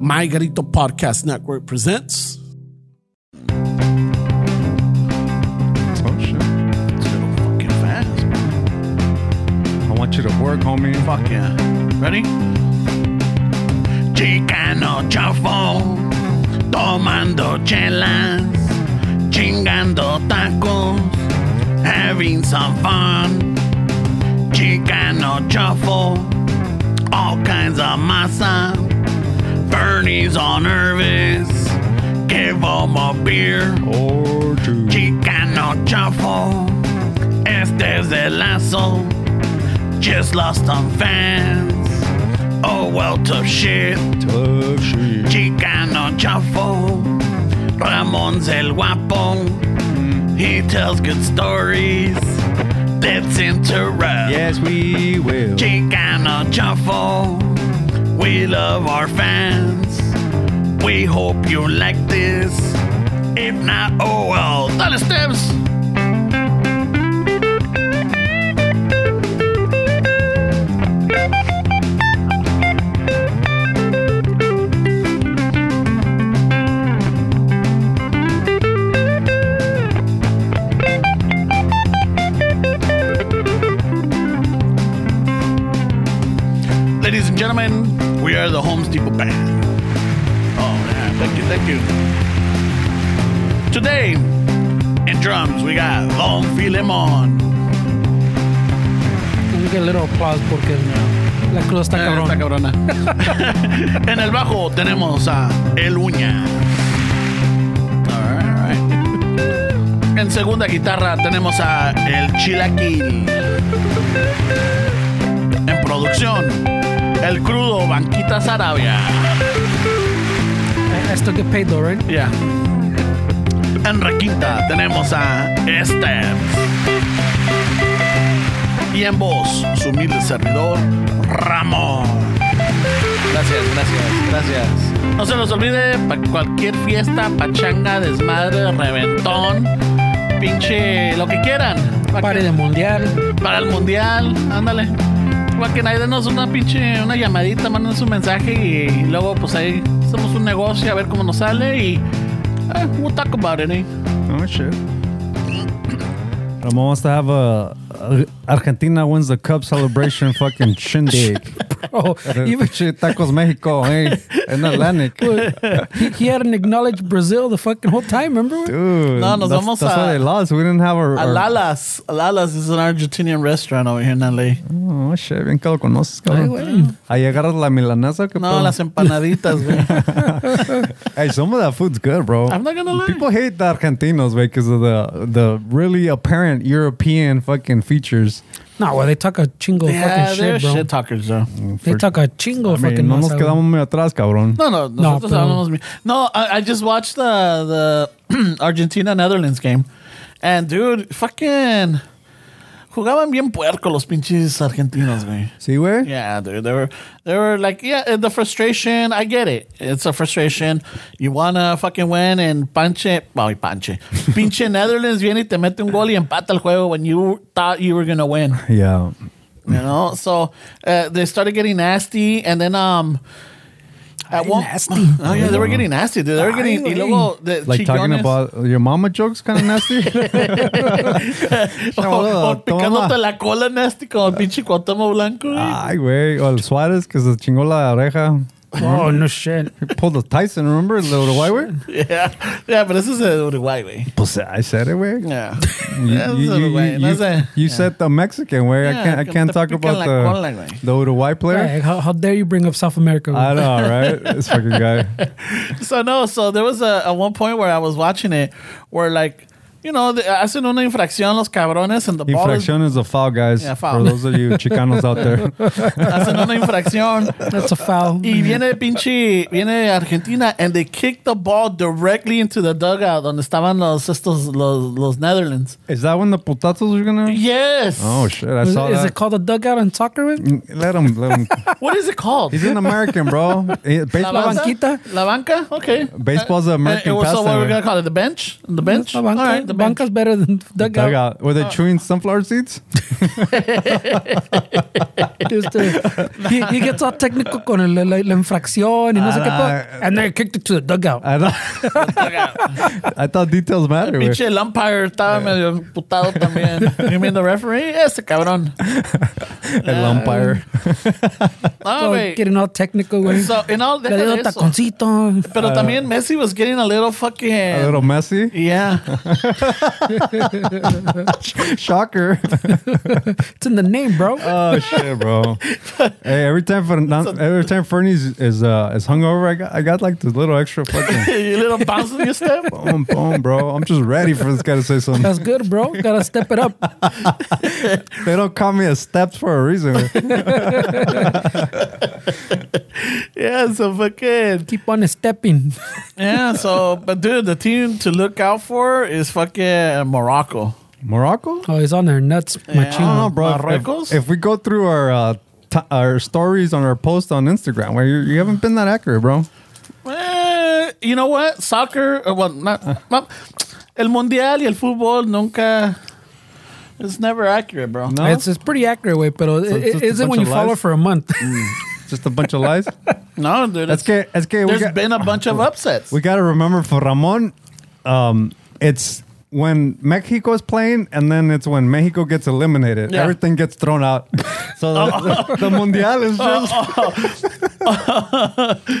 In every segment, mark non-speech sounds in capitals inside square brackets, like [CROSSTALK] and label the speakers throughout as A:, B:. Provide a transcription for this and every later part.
A: My Garito Podcast Network presents.
B: Oh shit.
C: It's going fucking fast. man.
B: I want you to work, homie.
C: Fuck yeah. Ready? Chicano chafo, tomando chelas, chingando tacos, having some fun. Chicano chafo, all kinds of masa. Bernie's all nervous, give him a beer.
B: Or two.
C: Chicano Chafo, este es el lazo. Just lost some fans. Oh well, tough shit.
B: Tough shit.
C: Chicano Chafo, Ramon's el guapo. He tells good stories. Let's interrupt.
B: Yes, we will.
C: Chicano Chafo. We love our fans. We hope you like this. If not, oh well. Dale, Steps. Ladies and gentlemen, we are the Home Depot Band. Oh, yeah. Thank you, thank you. Today, in drums, we got Don Filemon.
D: Can we get a little applause porque la cruz está
C: Eh,
D: cabrón.
C: está cabrona. [LAUGHS] en el bajo tenemos a El Uña. Alright, alright. En segunda guitarra tenemos a El Chilaquil. En producción, El Crudo Banquita Sarabia.
D: I, I still get paid though, right?
C: Yeah. En requinta tenemos a Steps. Y en voz, su humilde servidor, Ramón. Gracias, gracias, gracias. No se los olvide, para cualquier fiesta, pachanga, desmadre, reventón, pinche, lo que quieran. Pa'
D: Pare
C: que-
D: de mundial.
C: [LAUGHS] para el mundial, ándale. Para que nadie denos una pinche, una llamadita, manden su mensaje y luego pues ahí hacemos un negocio a ver cómo nos sale y eh, we'll talk about it, eh.
B: Oh shit. Ramon wants to have a, a Argentina wins the cup celebration fucking shindig.
C: [LAUGHS]
D: Oh, even,
B: Shit, tacos Mexico, hey, in Atlantic.
D: he, he hadn't acknowledged Brazil the fucking whole time, remember?
B: Dude,
C: No, nos
B: that's,
C: vamos
B: that's
C: a-
B: why they lost. We didn't have our. our-
C: Alalas. Alalas is an Argentinian restaurant over here in LA.
B: Oh shit, bien que lo conoces, cabrón. Ahí agarras la milanesa que
C: No, las empanaditas,
D: [LAUGHS]
C: güey.
B: Hey, some of that food's good, bro.
C: I'm not gonna lie.
B: People hate the Argentinos because of the the really apparent European fucking features.
D: No, well, they talk a chingo
C: yeah,
D: fucking
C: they're
D: shit, bro.
C: shit talkers, though.
D: They talk a chingo
B: I
D: fucking
B: mean, no nos
D: masa,
B: quedamos muy atrás, cabrón.
C: No, no, nosotros
D: pero-
C: hablamos bien. No, I, I just watched the the [CLEARS THROAT] Argentina Netherlands game, and dude, fucking jugaban bien puerco los pinches argentinos, güey.
B: See where?
C: Yeah, dude, they were they were like, yeah, and the frustration. I get it. It's a frustration. You wanna fucking win and panche, well,
D: [LAUGHS]
C: panche, pinche Netherlands viene y te mete un gol y empata el juego when you thought you were gonna win
B: Yeah.
C: you know so uh, they started getting nasty and then um at
D: Ay,
C: one,
D: nasty.
C: [LAUGHS] Oh, yeah, they were getting nasty. Dude. They were getting.
D: Ay,
C: y luego, the
B: Like talking
C: chillones, [LAUGHS]
B: about your mama jokes, kind of nasty. [LAUGHS]
C: O, o
B: Chabuelo,
C: picándote
B: toma. Ah.
C: la cola nasty como el pinche Cuauhtémoc Blanco. güey.
B: Ay, güey. O el Suárez que se chingó la oreja.
D: bro. Oh, no shit.
B: He pulled a Tyson, remember? El de Uruguay, güey.
C: [LAUGHS] Yeah. yeah, pero eso es de Uruguay, güey.
B: Pues I said it, güey.
C: Yeah.
B: [LAUGHS] You,
C: Eso es
B: you,
C: de
B: you,
C: Uruguay.
B: you,
C: no sé.
B: you said the Mexican, güey.
C: Yeah,
B: I can't, I
C: que
B: can't
C: te
B: talk
C: pican
B: about
C: la
B: the,
C: cola, güey.
B: the Uruguay player.
D: Right, how, how dare you bring up South America?
B: I
D: bro?
B: know, right? This fucking
C: [LAUGHS]
B: guy.
C: So, no, so there was a, at one point where I was watching it where, like, you know, the, hacen una infracción los cabrones and the ball is
B: Infraction is a foul, guys.
C: Yeah, foul.
B: For those of you Chicanos out there.
C: [LAUGHS] hacen una infracción
D: That's a foul.
C: [LAUGHS] Y viene pinche, viene Argentina and they kick the ball directly into the dugout donde estaban los estos los, los Netherlands.
B: Is that when the putazos are gonna?
C: Yes.
B: Oh shit! I
D: Is,
B: saw
D: is
B: that.
D: it called a dugout in soccer? man?
B: let him. Let him.
C: What is it called?
B: He's an American, bro. Eh,
D: La
B: Baseball.
D: banquita?
C: La banca. Okay.
B: Baseball's an American
C: Uh, so what
B: pastime.
C: we're gonna call it? The bench. The bench.
D: La banca.
C: All right. the bench.
D: Bunker's better than dugout. [LAUGHS]
B: Dugout. Were they
C: Oh.
B: chewing sunflower seeds?
D: Just, uh, he, he gets all technical con el, la, la infracción y no sé qué.
B: Ah,
D: po- And they kicked it to the dugout.
B: I thought, [LAUGHS] I thought details
C: [LAUGHS]
B: matter. güey.
C: Pinche el umpire estaba medio
B: [LAUGHS]
C: putado también. You mean the referee? Este cabrón.
B: El umpire.
C: No,
D: So,
C: güey.
D: Oh, getting all technical, güey.
C: So, y no,
D: Le
C: deja
D: dio
C: de eso.
D: taconcito.
B: Ah.
C: Pero también Messi was getting a little fucking...
B: A little
C: [LAUGHS]
B: messy.
C: Yeah.
B: Shocker.
D: It's in the name, bro.
B: Oh shit, bro.
C: [LAUGHS]
B: hey, every time Fernan- every time Fernie is is, uh, is hungover, I got I got like this little extra fucking
C: you little bounce in
B: [LAUGHS]
C: your step.
B: boom, boom, bro. I'm just ready for this guy to say
C: [LAUGHS]
B: something.
D: That's good, bro. Gotta step it up.
B: They don't call me a steps for a reason. güey.
C: Yeah, so fucking...
D: Keep on stepping.
C: Yeah, so... But dude, the team to look out for is fucking Morocco.
B: Morocco?
D: Oh, he's on their nuts,
B: I don't know,
D: machino.
B: bro. If-
C: Marruecos?
B: If, we go through our uh, t- our stories on our post on Instagram, where you, you haven't been that accurate, bro.
C: Eh, you know what? Soccer, uh,
B: [LAUGHS]
C: well, not, not- el mundial y el fútbol nunca. It's never accurate, bro.
B: No,
D: It's, it's pretty accurate, way, pero
B: it's
D: it,
B: just a
D: is it
B: bunch
D: when you
B: of
D: follow
B: lies?
D: for a month? [LAUGHS]
B: just a bunch of lies.
C: [LAUGHS] No, dude.
B: That's
C: That's
B: que, that's que we
C: There's
B: got,
C: been a bunch of upsets.
B: we got to remember for Ramon, um, it's when Mexico is playing, and then it's when Mexico gets eliminated.
C: Yeah.
B: Everything gets thrown out. [LAUGHS] So the,
C: [LAUGHS]
B: the, mundial is just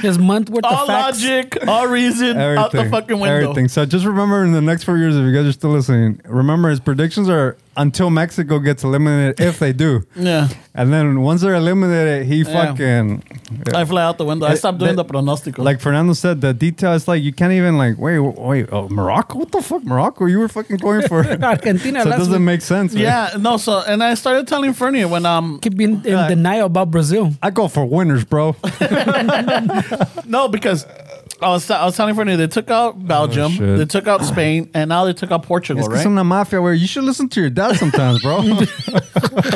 D: His month worth
C: all
D: of facts.
C: logic, all reason, out the fucking window.
B: Everything. So just remember in the next four years, if you guys are still listening, remember his predictions are until Mexico gets eliminated, if they do.
C: [LAUGHS] Yeah,
B: And then once they're eliminated, he fucking
C: I fly out the window. I stopped doing the, pronóstico.
B: Uh, like Fernando said. The detail is like you can't even like wait wait, wait oh, Morocco. What the fuck, Morocco? You were fucking going
C: [LAUGHS]
B: for
D: Argentina
B: So it
D: last
B: doesn't
D: week.
B: make sense. man.
C: yeah, no. So and I started telling Fernie when um
D: Keep being in
B: Yeah.
D: denial about Brazil.
B: I go for winners, [LAUGHS] bro.
C: no because. I was, I was telling Fernie they took out Belgium,
B: Oh, shit.
C: they took out Spain, and now they took out Portugal,
B: It's
C: right?
B: in the mafia where you should listen to your dad sometimes, [LAUGHS] bro.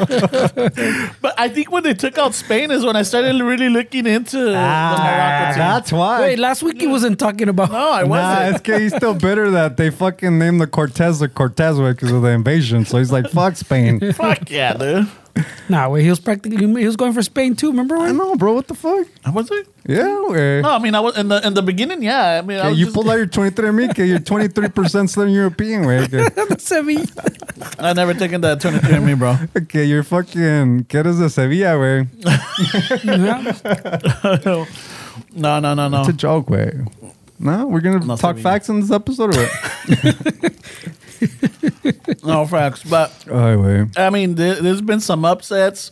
C: But I think when they took out Spain is when I started really looking
B: [LAUGHS]
C: into the Morocco team.
B: Ah, that's why.
D: Wait, last week he wasn't talking about.
C: No, I
B: Nah,
C: wasn't.
B: it's 'cause he's still bitter that they fucking named the Cortez the Cortez way because of the invasion. So he's like, fuck Spain.
C: Fuck yeah, dude.
D: Nah, wait, he was practically he was going for Spain too.
B: [LAUGHS]
D: Remember
B: I
D: when? [LAUGHS]
B: know, bro. What the fuck?
C: I wasn't.
B: Yeah, way.
C: No, I mean I was in the in the beginning. Yeah, I mean I
B: Yeah,
C: was
B: you
C: just-
B: pulled out your 23 me, que you're 23% Southern European, way.
C: [LAUGHS]
B: Que,
D: Semi.
C: I never taken that twenty three me, bro.
B: que you're fucking, que eres de Sevilla, way.
D: Yeah.
C: No, no, no, no.
B: It's a joke, way. No, we're going to
C: Not
B: talk
C: Sevilla.
B: facts in this episode, way.
C: [LAUGHS] No facts. But
B: Ay, way.
C: I mean, there, there's been some upsets,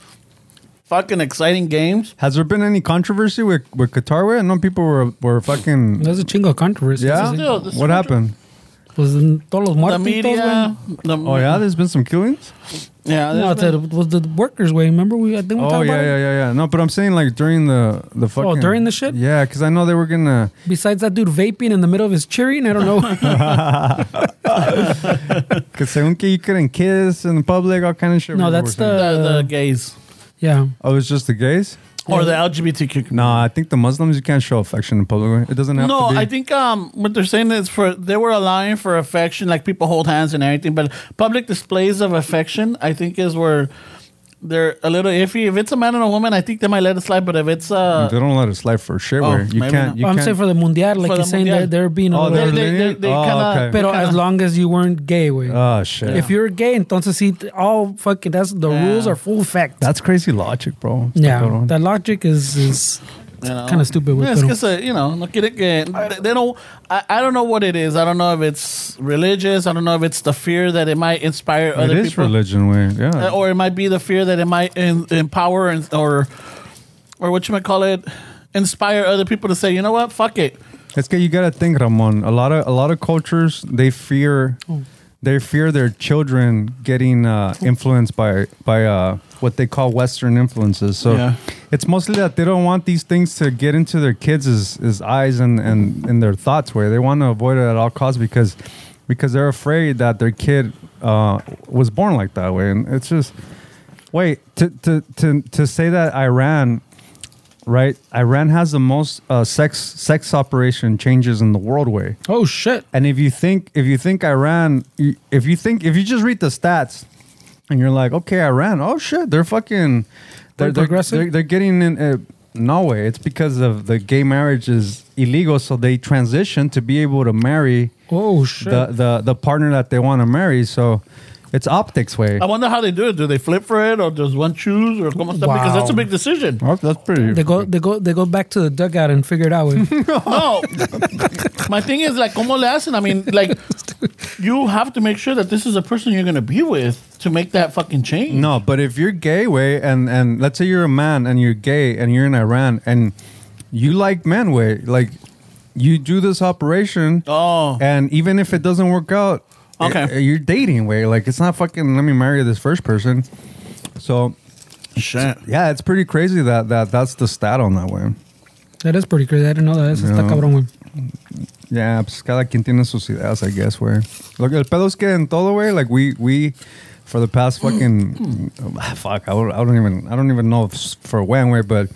C: fucking exciting games.
B: Has there been any controversy with, with Qatar, way? I know people were, were fucking.
D: There's a chingo controversy.
B: Yeah?
C: Dude, this
B: what
C: country-
B: happened?
D: Was in todos los
C: The
D: muertos,
C: media.
D: güey.
C: The,
B: Oh, yeah, there's been some killings?
C: yeah.
D: No,
C: No,
D: it's a, was the workers' way. Remember we? I think we
B: Oh
D: talked
B: yeah,
D: about
B: yeah,
D: it.
B: yeah, yeah. No, but I'm saying like during the the fucking.
D: Oh, during the shit?
B: Yeah, because I know they were gonna.
D: Besides that dude vaping in the middle of his cheering, I don't know.
B: Because según que you couldn't kiss in public, all kind of shit.
D: No,
B: we
D: that's
B: were saying.
C: the, the gays
D: yeah.
B: Oh, it's just the gays.
C: or the LGBTQ.
B: No, I think the Muslims you can't show affection in public. It doesn't have
C: No,
B: to be.
C: I think um what they're saying is for they were allowing for affection, like people hold hands and everything, but public displays of affection, I think, is where they're a little iffy. If it's a man and a woman, I think they might let it slide, but if it's uh
B: they don't let it slide for shit.
C: Oh,
B: where you
C: maybe
B: can't.
C: not.
B: You
D: I'm
B: can't.
D: saying for the mundial,
C: For
D: like you're
C: the
D: saying, they're,
C: Mundial.
D: they're being a
B: Oh,
D: little.
C: they,
B: they're-
C: they, they, they
B: Oh,
C: kinda
B: okay.
D: Pero
C: kinda-
D: as long as you weren't gay, way.
B: oh shit.
D: if you're gay, entonces sí, all fucking. That's the
C: Yeah.
D: rules are full fact.
B: that's crazy logic, bro.
D: yeah. That logic is is
C: you know.
D: kind of stupid.
C: Yeah,
D: With
C: it's just a, you know, no quiere que, eh, they, they don't. I, I don't know what it is. I don't know if it's religious. I don't know if it's the fear that it might inspire
B: It
C: other
B: is
C: people.
B: religion, way. Yeah.
C: Uh, or it might be the fear that it might in, empower and or or what you might call it inspire other people to say you know what fuck it
B: It's good. You gotta think, Ramon. A lot of a lot of cultures they fear, they fear their children getting uh, influenced by by uh, what they call Western influences. So
C: Yeah.
B: it's mostly that they don't want these things to get into their kids' is, is eyes and, and and their thoughts. Where they want to avoid it at all costs because because they're afraid that their kid uh, was born like that way. And it's just wait to to to to say that Iran right? Iran has the most uh, sex sex operation changes in the world way.
D: [LAUGHS] Oh shit.
B: And if you think if you think Iran, y- if you think if you just read the stats, and you're like, okay, Iran, oh shit, they're fucking, they're they're,
D: Pretty progressive?
B: they're, they're getting in. Uh, no way, it's because of the gay marriage is illegal, so they transition to be able to marry
D: Oh shit.
B: the, the the partner that they want to marry. So it's optics way.
D: Oh,
C: I wonder how they do it. Do they flip for it or does one choose or como está? Because
D: Wow.
C: that's a big
D: [LAUGHS]
C: decision.
B: That's, that's pretty.
D: they go, they go, they go back to the dugout and figure it out. [LAUGHS] güey.
C: No, my thing is like, como le hacen? I mean, like,
D: [LAUGHS]
C: you have to make sure that this is a person you're gonna be with to make that fucking change.
B: No, but if you're gay, way, and and let's say you're a man and you're gay and you're in Iran and you like men, way, like you do this operation,
C: Oh.
B: and even if it doesn't work out,
C: Okay.
B: eh, you're dating, way, like it's not fucking. Let me marry this first person. So
C: shit.
B: yeah, it's pretty crazy that that that's the stat on that way.
D: That is pretty crazy. I didn't know that. Eso está
B: No.
D: cabrón, güey.
B: Yeah, pues cada quien tiene sus ideas, I guess, güey. Lo que el pedo es que en todo, güey, like we we for the past fucking
C: Mm.
B: ah, fuck, I don't, I don't even I don't even know if s- for when, güey, but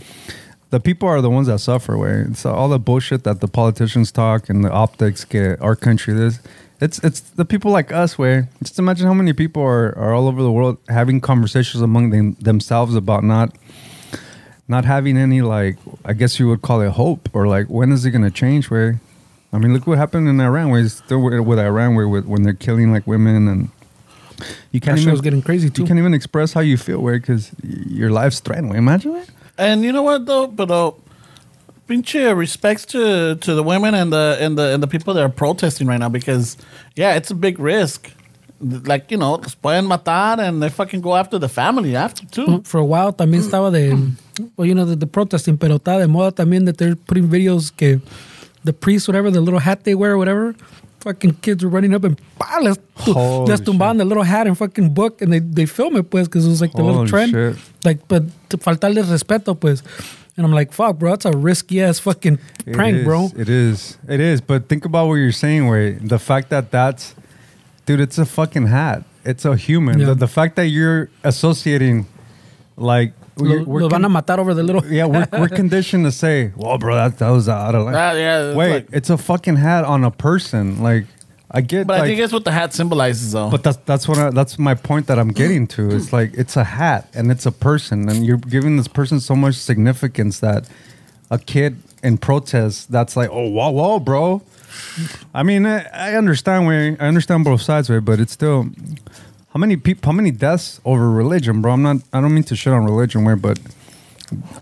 B: the people are the ones that suffer, güey. It's all the bullshit that the politicians talk and the optics get our country this. It's it's the people like us, güey. Just imagine how many people are, are all over the world having conversations among them, themselves about not not having any like I guess you would call it hope or like when is it gonna change? Where I mean, look what happened in Iran. Where it's still with with Iran, where with, when they're killing like women and you can't
D: That shit
B: even
D: was getting crazy too.
B: you can't even express how you feel, where because your life's threatened. Where imagine it.
C: And you know what though, but uh, pinche respects to to the women and the and the and the people that are protesting right now because yeah, it's a big risk. Like you know, los pueden matar and they fucking go after the family after too.
D: For a while también estaba de, well, you know, the, the protesting, pero estaba de moda también that they're putting videos que the priests, whatever, the little hat they wear, whatever, fucking kids were running up and pa, les, tu-
B: Holy
D: les tumbaban the little hat and fucking book and they, they film it, pues, because it was like the little
B: Holy
D: trend.
B: shit.
D: Like, but to faltarles respeto, pues. And I'm like, fuck, bro, that's a risky ass fucking
B: It
D: prank,
B: is,
D: bro.
B: It is. It is. But think about what you're saying, where the fact that that's, dude, it's a fucking hat. It's a human.
D: Yeah.
B: The, the fact that you're associating, like,
D: Lo,
B: we're- we're
D: lo van a
B: con-
D: matar over the little.
B: yeah, we're, we're conditioned to say, [LAUGHS] "Well, bro, that, that was out of line."
C: Ah, yeah, it's
B: Wait,
C: like-
B: it's a fucking hat on a person. Like, I get,
C: But I
B: like-
C: think that's what the hat symbolizes though.
B: but that's that's what I, that's my point that I'm getting to. It's
D: Mm.
B: like it's a hat and it's a person, and you're giving this person so much significance that a kid in protest that's like, "Oh, whoa, whoa, bro." I mean, I, I understand where I understand both sides, way, but it's still how many people, how many deaths over religion, bro. I'm not, I don't mean to shit on religion, where, but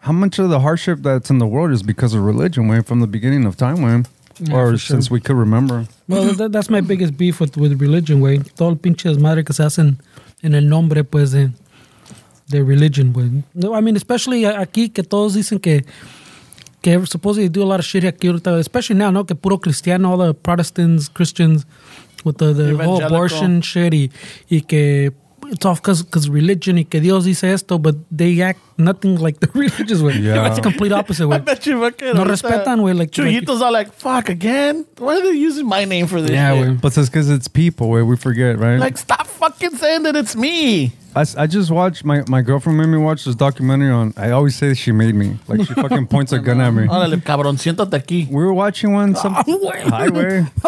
B: how much of the hardship that's in the world is because of religion, where from the beginning of time, where,
D: Yeah,
B: or
D: for sure.
B: since we could remember.
D: Well, that, that's my biggest beef with, with religion, güey. Todo el pinche desmadre que se hacen en el nombre, pues, de, de religion, güey. No, I mean, especially a- aquí que todos dicen que, que supposedly do a lot of shit aquí ahorita, especially now, ¿no? Que puro cristiano, all the Protestants, Christians, with the, the whole
C: Evangelical.
D: abortion shit y, y que it's off because religion y que Dios dice esto, but they act nothing like the [LAUGHS] religious way.
B: Yeah.
D: It's the complete
C: [LAUGHS]
D: opposite
C: I
D: way.
C: bet you fucking
D: No
C: ahorita
D: respetan, güey, like-
C: chuyitos are like fuck again. Why are they using my name for this?
D: Yeah,
C: shit?
D: güey.
B: But it's because it's people, where we forget, right?
C: Like stop fucking saying that it's me.
B: I, s- I just watched my, my girlfriend made me watch this documentary on. I always say she made me. Like she
C: [LAUGHS]
B: fucking points a gun at me.
C: Órale, cabrón, siéntate aquí.
B: We were watching one
C: [LAUGHS]
B: some highway. [LAUGHS]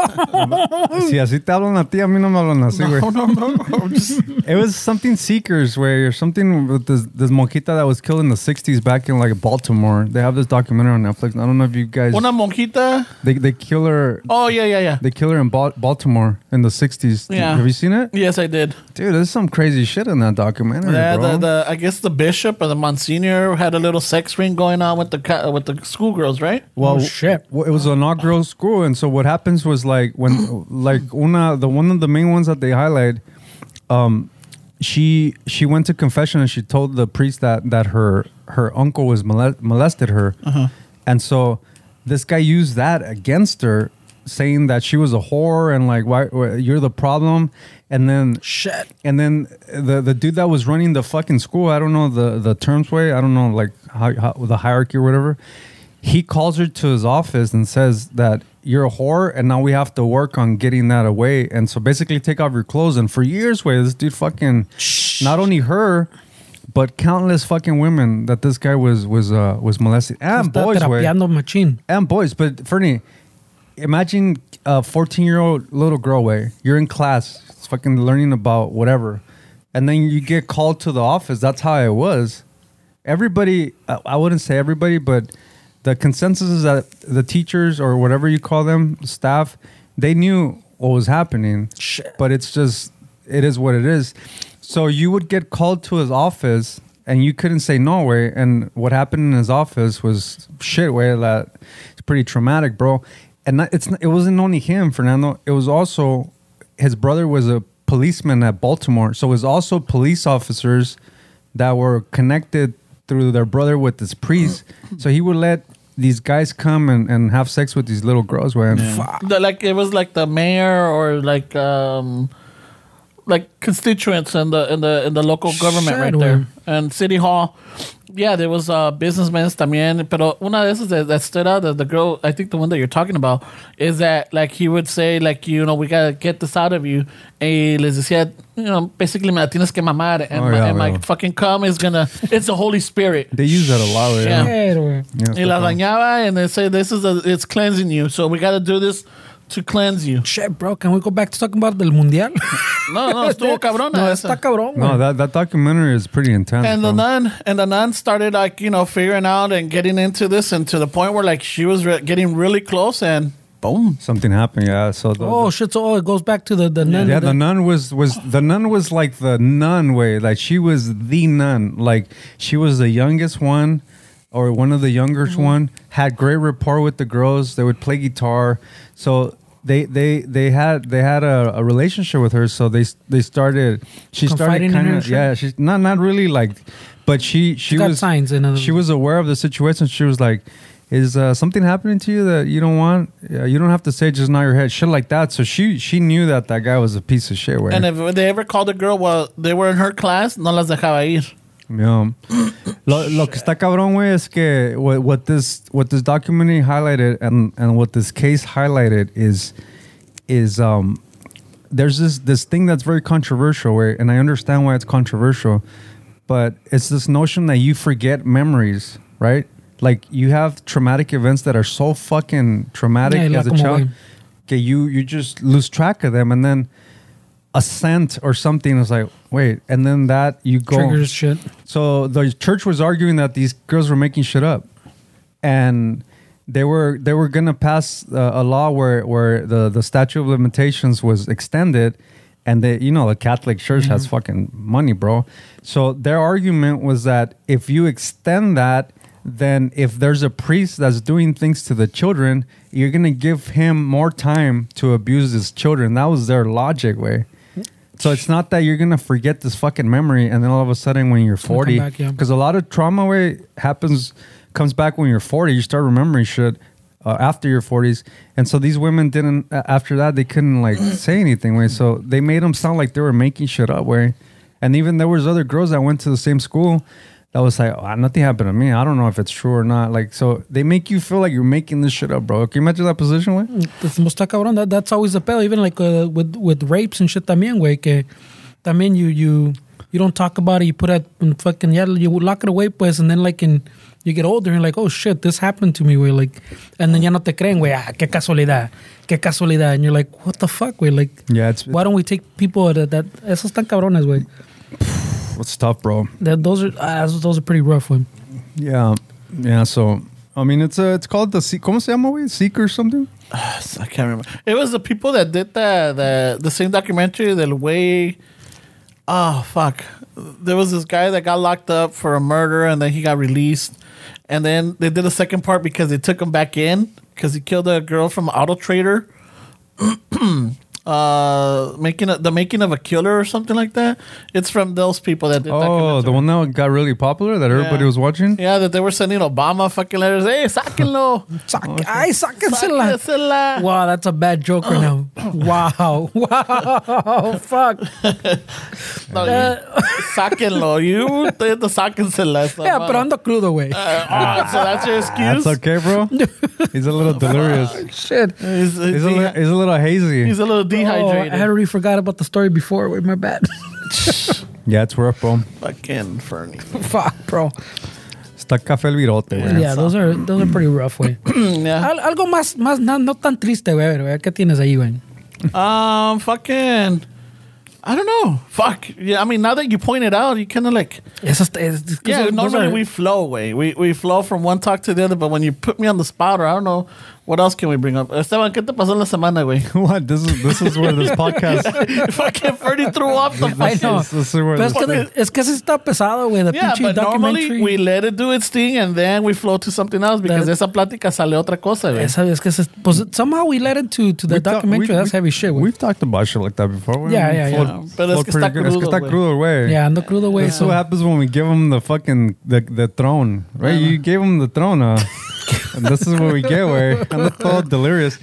B: si así te hablan a ti, a mí no me hablan así, güey.
C: no, no. I'm just-
B: [LAUGHS] It was something Seekers, way or something with this this monjita that was killed in the '60s back in like Baltimore. They have this documentary on Netflix. I don't know if you guys.
C: Una monjita.
B: They they kill her.
C: Oh yeah, yeah, yeah.
B: They kill her in Bal- Baltimore in the '60s.
C: Yeah.
B: Have you seen it,
C: Yes, I did.
B: dude? There's some crazy shit in that documentary,
C: Yeah,
B: bro.
C: the, the I guess the bishop or the monsignor had a little sex ring going on with the ca- with the schoolgirls, right?
B: Well,
D: Oh, shit.
B: Well, it was an inaugural school, and so what happens was like when, [COUGHS] like una, the one of the main ones that they highlight, um, she she went to confession and she told the priest that that her her uncle was molest, molested her,
D: Uh-huh.
B: and so this guy used that against her, saying that she was a whore and like why why- you're the problem, and then
D: Shit.
B: and then the the dude that was running the fucking school, I don't know the the terms way, I don't know like how, how the hierarchy or whatever. He calls her to his office and says that you're a whore, and now we have to work on getting that away. And so basically, take off your clothes. And for years, way this dude fucking not only her, But countless fucking women that this guy was was uh, was molesting and
D: Está
B: boys, güey.
D: terapeando machín.
B: and boys. But Fernie, imagine a 14 year old little girl, way you're in class, it's fucking learning about whatever, and then you get called to the office. That's how it was. Everybody, I I wouldn't say everybody, but the consensus is that the teachers or whatever you call them, staff, they knew what was happening.
D: Shit.
B: But it's just, it is what it is. So you would get called to his office and you couldn't say no way. And what happened in his office was shit way that it's pretty traumatic, bro. And not- it's not- it wasn't only him, Fernando. It was also his brother was a policeman at Baltimore, so it was also police officers that were connected through their brother with this priest. so he would let these guys come and, and have sex with these little girls, man.
C: The- like it was like the mayor or like um like constituents in the in the in the local government
D: Shit,
C: right there and city hall yeah there was uh businessmen también pero una de esas that, that stood out that the girl i think the one that you're talking about is that like he would say like you know we gotta get this out of you and les decía you know basically me la tienes que mamar and,
B: Oh,
C: my,
B: yeah,
C: and my
B: yeah.
C: fucking cum is gonna it's the holy spirit
B: They use that a lot, güey.
C: Yeah.
D: Shit, güey.
B: Yeah,
C: y la dañaba and they say this is a, it's cleansing you so we gotta do this to cleanse you
D: Shit, bro, can we go back to talking about del mundial?
C: No, [LAUGHS] no, estuvo cabrona
D: No,
C: esa.
D: está cabrón, güey.
B: no, that, that documentary is pretty intense.
C: and
B: bro.
C: the nun, and the nun started like you know figuring out and getting into this, and to the point where like she was re- getting really close, and boom,
B: Something happened, yeah. So the,
D: Oh shit! So oh, it goes back to the the nun.
B: Yeah,
D: the-
B: the nun was was the nun was like the nun way. Like she was the nun. Like she was the youngest one, or one of the youngest
D: Mm-hmm.
B: one. Had great rapport with the girls. They would play guitar. So they they they had they had a, a relationship with her. So they they started. She
D: Confiding in
B: started kind
D: her and
B: of
D: shit?
B: yeah. She's not not really like, but she she
D: got
B: was
D: signs in other
B: she was aware of the situation. She was like. Is uh, something happening to you that you don't want? Yeah, you don't have to say just nod your head, shit like that. So she she knew that that guy was a piece of shit. Where
C: and if they ever called a girl while they were in her class, no las dejaba ir.
B: Yeah. lo, lo que está cabrón, güey, es que what, what this what this documentary highlighted and and what this case highlighted is is um there's this this thing that's very controversial, where and I understand why it's controversial, but it's this notion that you forget memories, right? Like you have traumatic events that are so fucking traumatic
D: Yeah,
B: as a
D: like, como
B: child.
D: güey.
B: Okay, you you just lose track of them, and then a scent or something is like, wait, and then that you go
D: Triggers shit.
B: so the church was arguing that these girls were making shit up, and they were they were gonna pass uh, a law where where the the statute of limitations was extended, and they you know the Catholic Church has fucking money, bro. So their argument was that if you extend that. Then, if there's a priest that's doing things to the children, you're gonna give him more time to abuse his children. That was their logic way. So it's not that you're gonna forget this fucking memory, and then all of a sudden when you're
D: gonna come
B: 40,
D: back, yeah.
B: because a lot of trauma way happens comes back when you're 40. You start remembering shit uh, after your 40s, and so these women didn't. a- After that, they couldn't
D: [CLEARS THROAT]
B: like say anything way. So they made them sound like they were making shit up way, and even there was other girls that went to the same school. That was like "Ah, nothing happened to me. I don't know if it's true or not. Like so, they make you feel like you're making this shit up, bro. Can you imagine that position? Way?
D: That's most cabrón. That, that's always the pedo. Even like uh, with with rapes and shit. También, güey, que también you you you don't talk about it. You put it in fucking yeah. You would lock it away, pues, and then like in you get older and like oh shit, this happened to me, güey. Like, and then ya no te creen, güey. Ah, qué casualidad, qué casualidad. And you're like, what the fuck, güey? Like,
B: Yeah, it's-
D: why don't we take people that that esos tan cabrones, güey?
B: It's tough, bro.
D: That those are ah, those are pretty rough, güey.
B: Yeah, yeah. So I mean, it's a, it's called the Se- ¿Cómo se llama, güey? Seek or something.
C: I can't remember. It was the people that did the the, the same documentary the way. Oh fuck! There was this guy that got locked up for a murder, and then he got released, and then they did a second part because they took him back in because he killed a girl from Auto Trader. [CLEARS THROAT] uh, making a, the making of a killer or something like that. It's from those people that did.
B: Oh, the
C: documentary.
B: one that got really popular that everybody was watching.
C: Yeah, that they were sending Obama fucking letters. Hey, sáquenlo.
D: Sac- ay, sáquensela.
C: Sáquensela.
D: Wow, that's a bad joke right now. Wow. Wow. Fuck.
C: No, you, [LAUGHS] sáquenlo. You did the sáquensela. So,
D: Yeah, pero ando crudo, güey.
C: Ah, so that's your excuse?
B: That's okay,
D: [LAUGHS]
B: bro. He's a little delirious.
D: Shit.
C: He's, he's,
B: He's
D: [LAUGHS]
B: a, li-
C: dehy-
B: he's a little hazy.
C: he's a little
D: Oh, I
C: dehydrated.
D: had already forgot about the story before. Wait, my bad.
B: Yeah, it's rough, bro.
C: Fucking
D: [CLEARS THROAT]
C: Fernie.
D: [LAUGHS] Fuck, bro.
B: Está café el virote, güey.
D: Yeah, those are those are pretty rough, güey.
C: yeah.
D: Al- algo más, más na- no tan triste, güey. A ver, güey, ¿qué tienes ahí, güey? Ah.
C: Um, fucking. I don't know. Fuck. Yeah, I mean, now that you point it out, you kind of like.
D: Eso está- es- es que
C: Yeah,
D: those
C: normally
D: are-
C: we flow way. We we flow from one talk to the other, but when you put me on the spot, or I don't know what else can we bring up. Esteban, ¿qué te pasó en la semana, güey?
B: [LAUGHS]
C: [LAUGHS]
B: what? This is this is where
D: [LAUGHS]
B: this podcast.
C: Fucking Fernie threw off the
D: I know.
B: This is where
D: Pero es,
B: this,
D: que, es que sí está pesado, güey. The
C: Yeah,
D: pinche
C: but normally
D: documentary.
C: we let it do its thing and then we flow to something else because
D: That-
C: esa plática sale otra cosa, güey.
D: Esa- es que se- pues, somehow we led into to the
B: We've ta-
D: documentary.
B: we've-
D: That's heavy shit, güey.
B: We've talked about shit like that before. güey.
D: Yeah, yeah, yeah.
B: Flow-
C: Ah, Pero es
B: flow
C: que está
B: pretty good. Es que
C: crudo,
B: está
C: güey.
B: crudo, güey.
D: Yeah, ando crudo, güey.
B: That's
D: So,
B: what happens when we give them the fucking the, the throne, right? You gave them the throne, uh, and this is what we get. Where I'm all delirious.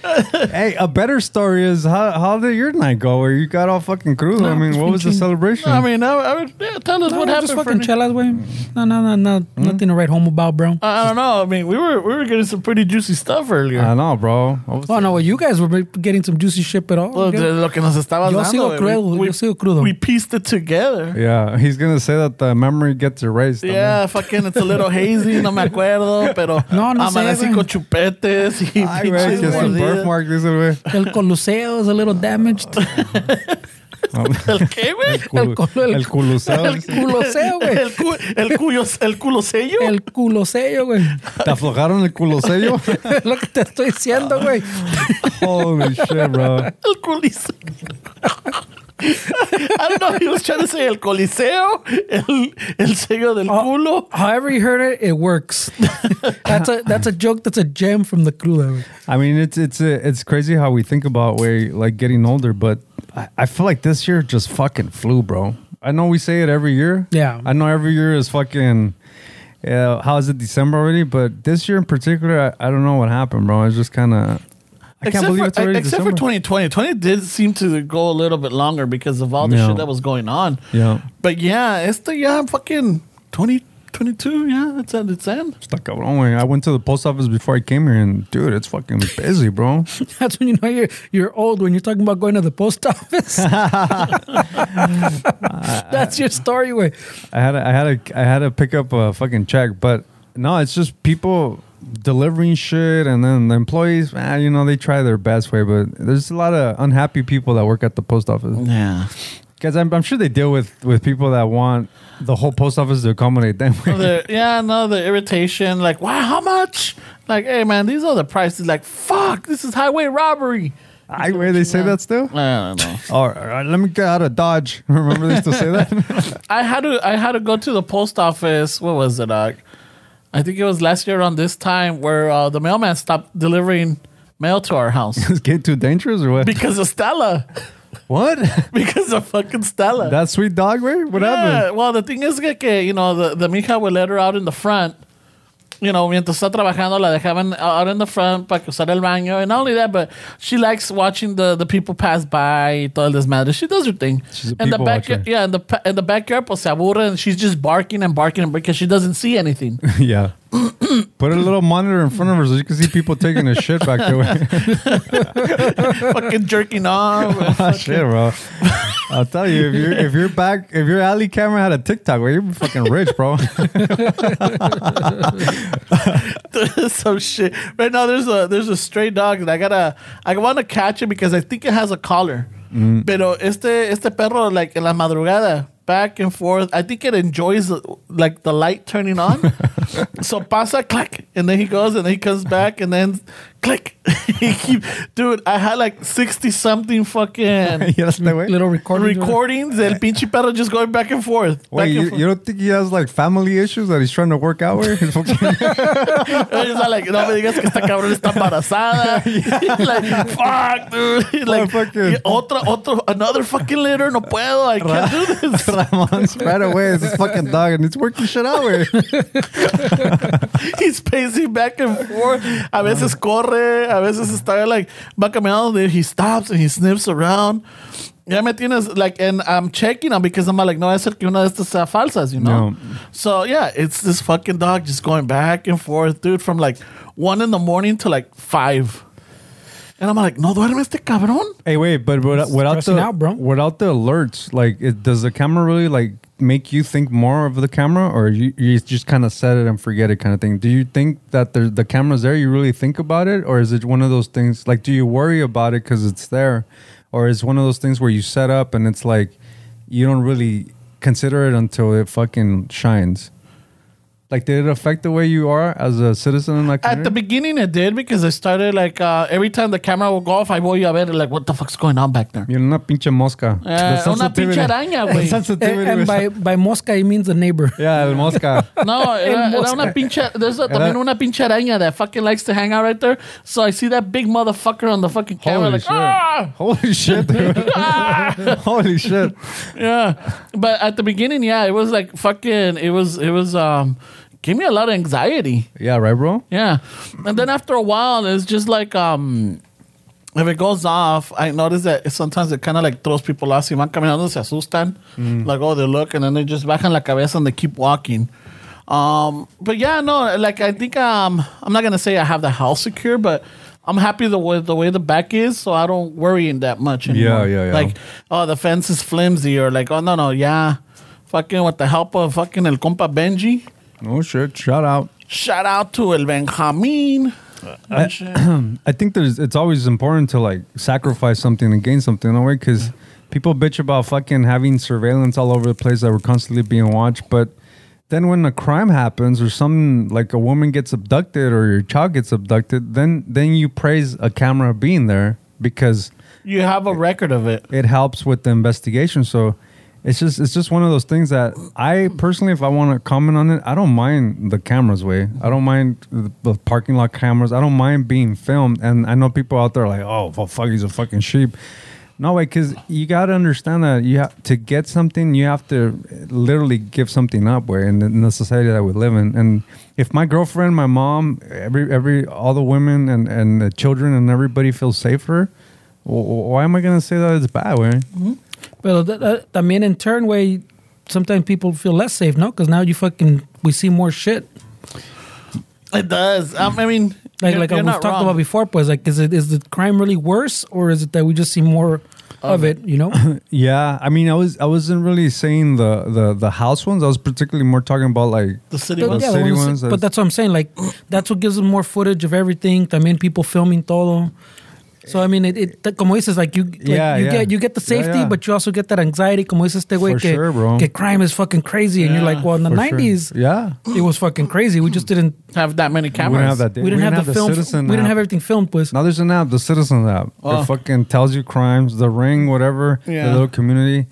B: Hey, a better story is how how did your night go? Where you got all fucking crudo? I mean, what was the celebration?
C: No, I mean, I, I would, yeah, tell us
D: no,
C: what
D: just
C: happened.
D: fucking
C: Fernie.
D: chelas, güey. No, no, no, no. Nothing to write home about, bro.
C: I I don't know. I mean, we were we were getting some pretty juicy stuff earlier.
D: Ah,
B: I know, bro. I was-
D: oh, no, well, you guys were getting some juicy shit at all.
C: Lo,
D: Okay.
C: de lo que nos estabas
D: Yo
C: dando,
D: sigo
C: güey.
D: crudo,
C: We-
D: yo
C: we,
D: sigo crudo.
C: We pieced it together.
B: Yeah, he's gonna say that the memory gets erased. I mean,
C: Yeah, fucking it's a little hazy, no me acuerdo, pero
D: [LAUGHS] No, no sé,
C: amanecí
D: güey.
C: con chupetes y
B: Ay, güey, que
C: pinches
B: es un
C: mordidas.
B: birthmark, dice, güey.
D: El Coliseo is a little damaged.
C: [LAUGHS] ¿El qué, güey?
D: El culo- el-
B: El culuseo.
D: El culoseo, güey.
C: El, cu el, cuyo, el culo sello.
D: El culoseo, güey. [LAUGHS]
B: ¿Te aflojaron el culuseo?
D: Es lo que te estoy diciendo, güey.
B: Holy shit, bro.
C: El coliseo. [LAUGHS] I don't know, Ah, he was trying to say el coliseo, el, el sello del
D: Oh.
C: culo.
D: However you heard it, it works. that's a that's a joke. That's a gem from the crudo. güey.
B: I mean, it's it's a, it's crazy how we think about way like getting older, but I, I feel like this year just fucking flew, bro. I know we say it every year.
D: Yeah.
B: I know every year is fucking. Yeah, how is it December already? But this year in particular, I, I don't know what happened, bro. It's just kind of. I can't believe
C: for, uh,
B: it's already
C: except for
B: December.
C: 2020. 20 did seem to go a little bit longer because of all the
B: Yeah.
C: shit that was going on.
B: Yeah.
C: But yeah, it's the yeah fucking 2022. Yeah, it's at its end.
B: It's like, cabrón, güey. I went to the post office before I came here, and dude, it's fucking busy, bro.
D: [LAUGHS] That's when you know you're you're old when you're talking about going to the post office. [LAUGHS] that's your story, way.
B: I had a, I had a, I had to pick up a fucking check, but no, it's just people delivering shit, and then the employees, ah, you know, they try their best way, but there's a lot of unhappy people that work at the post office
C: Yeah.
B: because I'm, I'm sure they deal with with people that want the whole post office to accommodate them.
C: the, yeah, no, the irritation. Like, wow, how much? Like, hey, man, these are the prices. Like, fuck, this is highway robbery.
B: [LAUGHS] I way they say that still.
C: I don't know.
B: All right, all right, let me get out of Dodge. [LAUGHS] Remember they used to say that. [LAUGHS]
C: I had to I had to go to the post office. What was it? Uh, I think it was last year around this time where uh, the mailman stopped delivering mail to our house [LAUGHS]
B: It's getting too dangerous or what?
C: because of Stella. [LAUGHS]
B: what?
C: Because of fucking
B: [LAUGHS]
C: Stella.
B: that sweet dog, way? What
C: yeah.
B: happened?
C: Well, the thing is que, que, you know, the, the mija would let her out in the front. You know, mientras está trabajando, la dejaban out in the front para que usara el baño. And not only that, but she likes watching the, the people pass by y todo el desmadre. She does her thing.
B: She's a
C: in the
B: people
C: backyard,
B: watcher.
C: Yeah, in the, pa- in the backyard, pues se aburre and she's just barking and barking because she doesn't see anything.
B: [LAUGHS] yeah. Put a little monitor in front of her so you can see people taking a shit back there. [LAUGHS] way.
C: fucking jerking off. and
B: Oh, [LAUGHS]
C: fucking-
B: shit, bro. I'll tell you if your if your back if your alley camera had a TikTok, well, you'd be fucking rich, bro. [LAUGHS]
C: [LAUGHS] some shit. Right now, there's a there's a stray dog that I gotta I want to catch it because I think it has a collar.
B: Mm.
C: Pero este este perro like en la madrugada back and forth. I think it enjoys like the light
B: [LAUGHS]
C: turning on. so pasa click and then he goes and then he comes back and then click. [LAUGHS] he keep dude. I had like sixty
B: [LAUGHS]
C: something fucking.
B: yeah, that's the way.
D: Little recording.
C: Recordings el pinche perro just going back and forth. Back
B: Wait,
C: and
B: you,
C: forth.
B: you don't think he has like family issues that he's trying to work out with? [LAUGHS] He's fucking-
C: It's not like, no me digas que esta cabrón está embarazada. like, fuck, dude. like,
B: Motherfucker.
C: otro, otro, another fucking litter. No puedo. I can't do this.
B: Ramon's right away. It's this fucking dog, and it's working shit out. With.
C: [LAUGHS] He's pacing back and forth. A veces corre. A veces está, like, va caminando. Then he stops and he sniffs around. Ya me tienes, like, and I'm checking on because I'm like, no, es que una de estas sea falsas, you know?
B: No.
C: So, yeah, it's this fucking dog just going back and forth, dude, from like one in the morning to like five. And I'm like, no duerme este cabrón.
B: Hey, wait, but without, without
D: Stressing
B: the
D: out, bro.
B: without the alerts, like, it, does the camera really like make you think more of the camera, or you, you just kind of set it and forget it kind of thing? Do you think that there, the camera's there? You really think about it, or is it one of those things like do you worry about it because it's there, or is one of those things where you set up and it's like you don't really consider it until it fucking shines? Like, did it affect the way you are as a citizen in that
C: At
B: community?
C: the beginning, it did because I started like uh, every time the camera would go off, I voy a ver like what the fuck's going on back there.
B: You're una pinche mosca.
C: Eh,
B: [LAUGHS] The
C: una pinche
B: sensitivity-
C: araña, güey.
B: sensitivity
D: And, Eh, and
B: was-
D: by, by mosca, he means the neighbor.
B: yeah, el mosca.
C: No, era, era una pinche. There's a, también una pinche araña that fucking likes to hang out right there. So I see that big motherfucker on the fucking camera,
B: Holy
C: like,
B: shit.
C: ah,
B: Holy shit, dude. Holy shit.
C: yeah. But at the beginning, yeah, it was like fucking. It was it was um, gave me a lot of anxiety.
B: Yeah, right, bro?
C: Yeah, and then after a while, it's just like um, if it goes off, I notice that sometimes it kind of like throws people off. Si van caminando, se asustan.
B: Mm.
C: Like, oh, they look, and then they just bajan la cabeza and they keep walking. Um, but yeah, no, like I think um, I'm not gonna say I have the house secure, but I'm happy the way the way the back is, so I don't worry in that much anymore.
B: yeah, yeah.
C: Like, oh, the fence is flimsy, or like, oh no, no, yeah, fucking with the help of fucking el compa Benji.
B: Oh, shit. Shout out.
C: Shout out to El Benjamin. And shit.
B: I think there's it's always important to like sacrifice something and gain something in a way because people bitch about fucking having surveillance all over the place that we're constantly being watched, but then when a crime happens or some like a woman gets abducted or your child gets abducted, then then you praise a camera being there because
C: you have a record of it.
B: it helps with the investigation. So it's just it's just one of those things that I personally, if I want to comment on it, I don't mind the cameras way. I don't mind the, the parking lot cameras. I don't mind being filmed. And I know people out there are like, oh well, fuck, he's a fucking sheep. No way, because you gotta understand that you have to get something, you have to literally give something up. Way in, the- in the society that we live in, and if my girlfriend, my mom, every every all the women and and the children and everybody feels safer, Wh- wh- Why am I gonna say that it's bad? Way
D: But that, that, I mean, in turn, way sometimes people feel less safe, no? Because now you fucking we see more shit.
C: It does. Um, I mean,
D: Like
C: you're-
D: like
C: you're
D: we've
C: not
D: talked
C: wrong.
D: about before, pues like is it is the crime really worse or is it that we just see more of it? You know,
B: yeah, I mean, I was I wasn't really saying the the the house ones. I was particularly more talking about like
C: The city
D: But
C: was.
D: yeah,
B: city
D: when you see-
B: ones,
D: but
B: that's-
D: that's what I'm saying. Like that's what gives them more footage of everything. I mean, people filming todo. So I mean, it, it como dices, like you, like,
B: Yeah,
D: you
B: yeah.
D: get you get the
B: Yeah,
D: safety,
B: yeah.
D: but you also get that anxiety. Como dices, este güey,
B: For
D: que,
B: sure, bro.
D: que crime is fucking crazy, and you're like, well, in the
B: for sure.
D: '90s,
B: Yeah,
D: it was fucking crazy. We just didn't
C: Have that many
B: we
C: cameras.
B: didn't have that.
D: we didn't have the film.
B: Citizen
D: We didn't
B: app.
D: have everything filmed, pues.
B: Now there's an app, the Citizen app.
C: Oh.
B: It fucking tells you crimes, the ring, whatever,
C: Yeah.
B: the little community.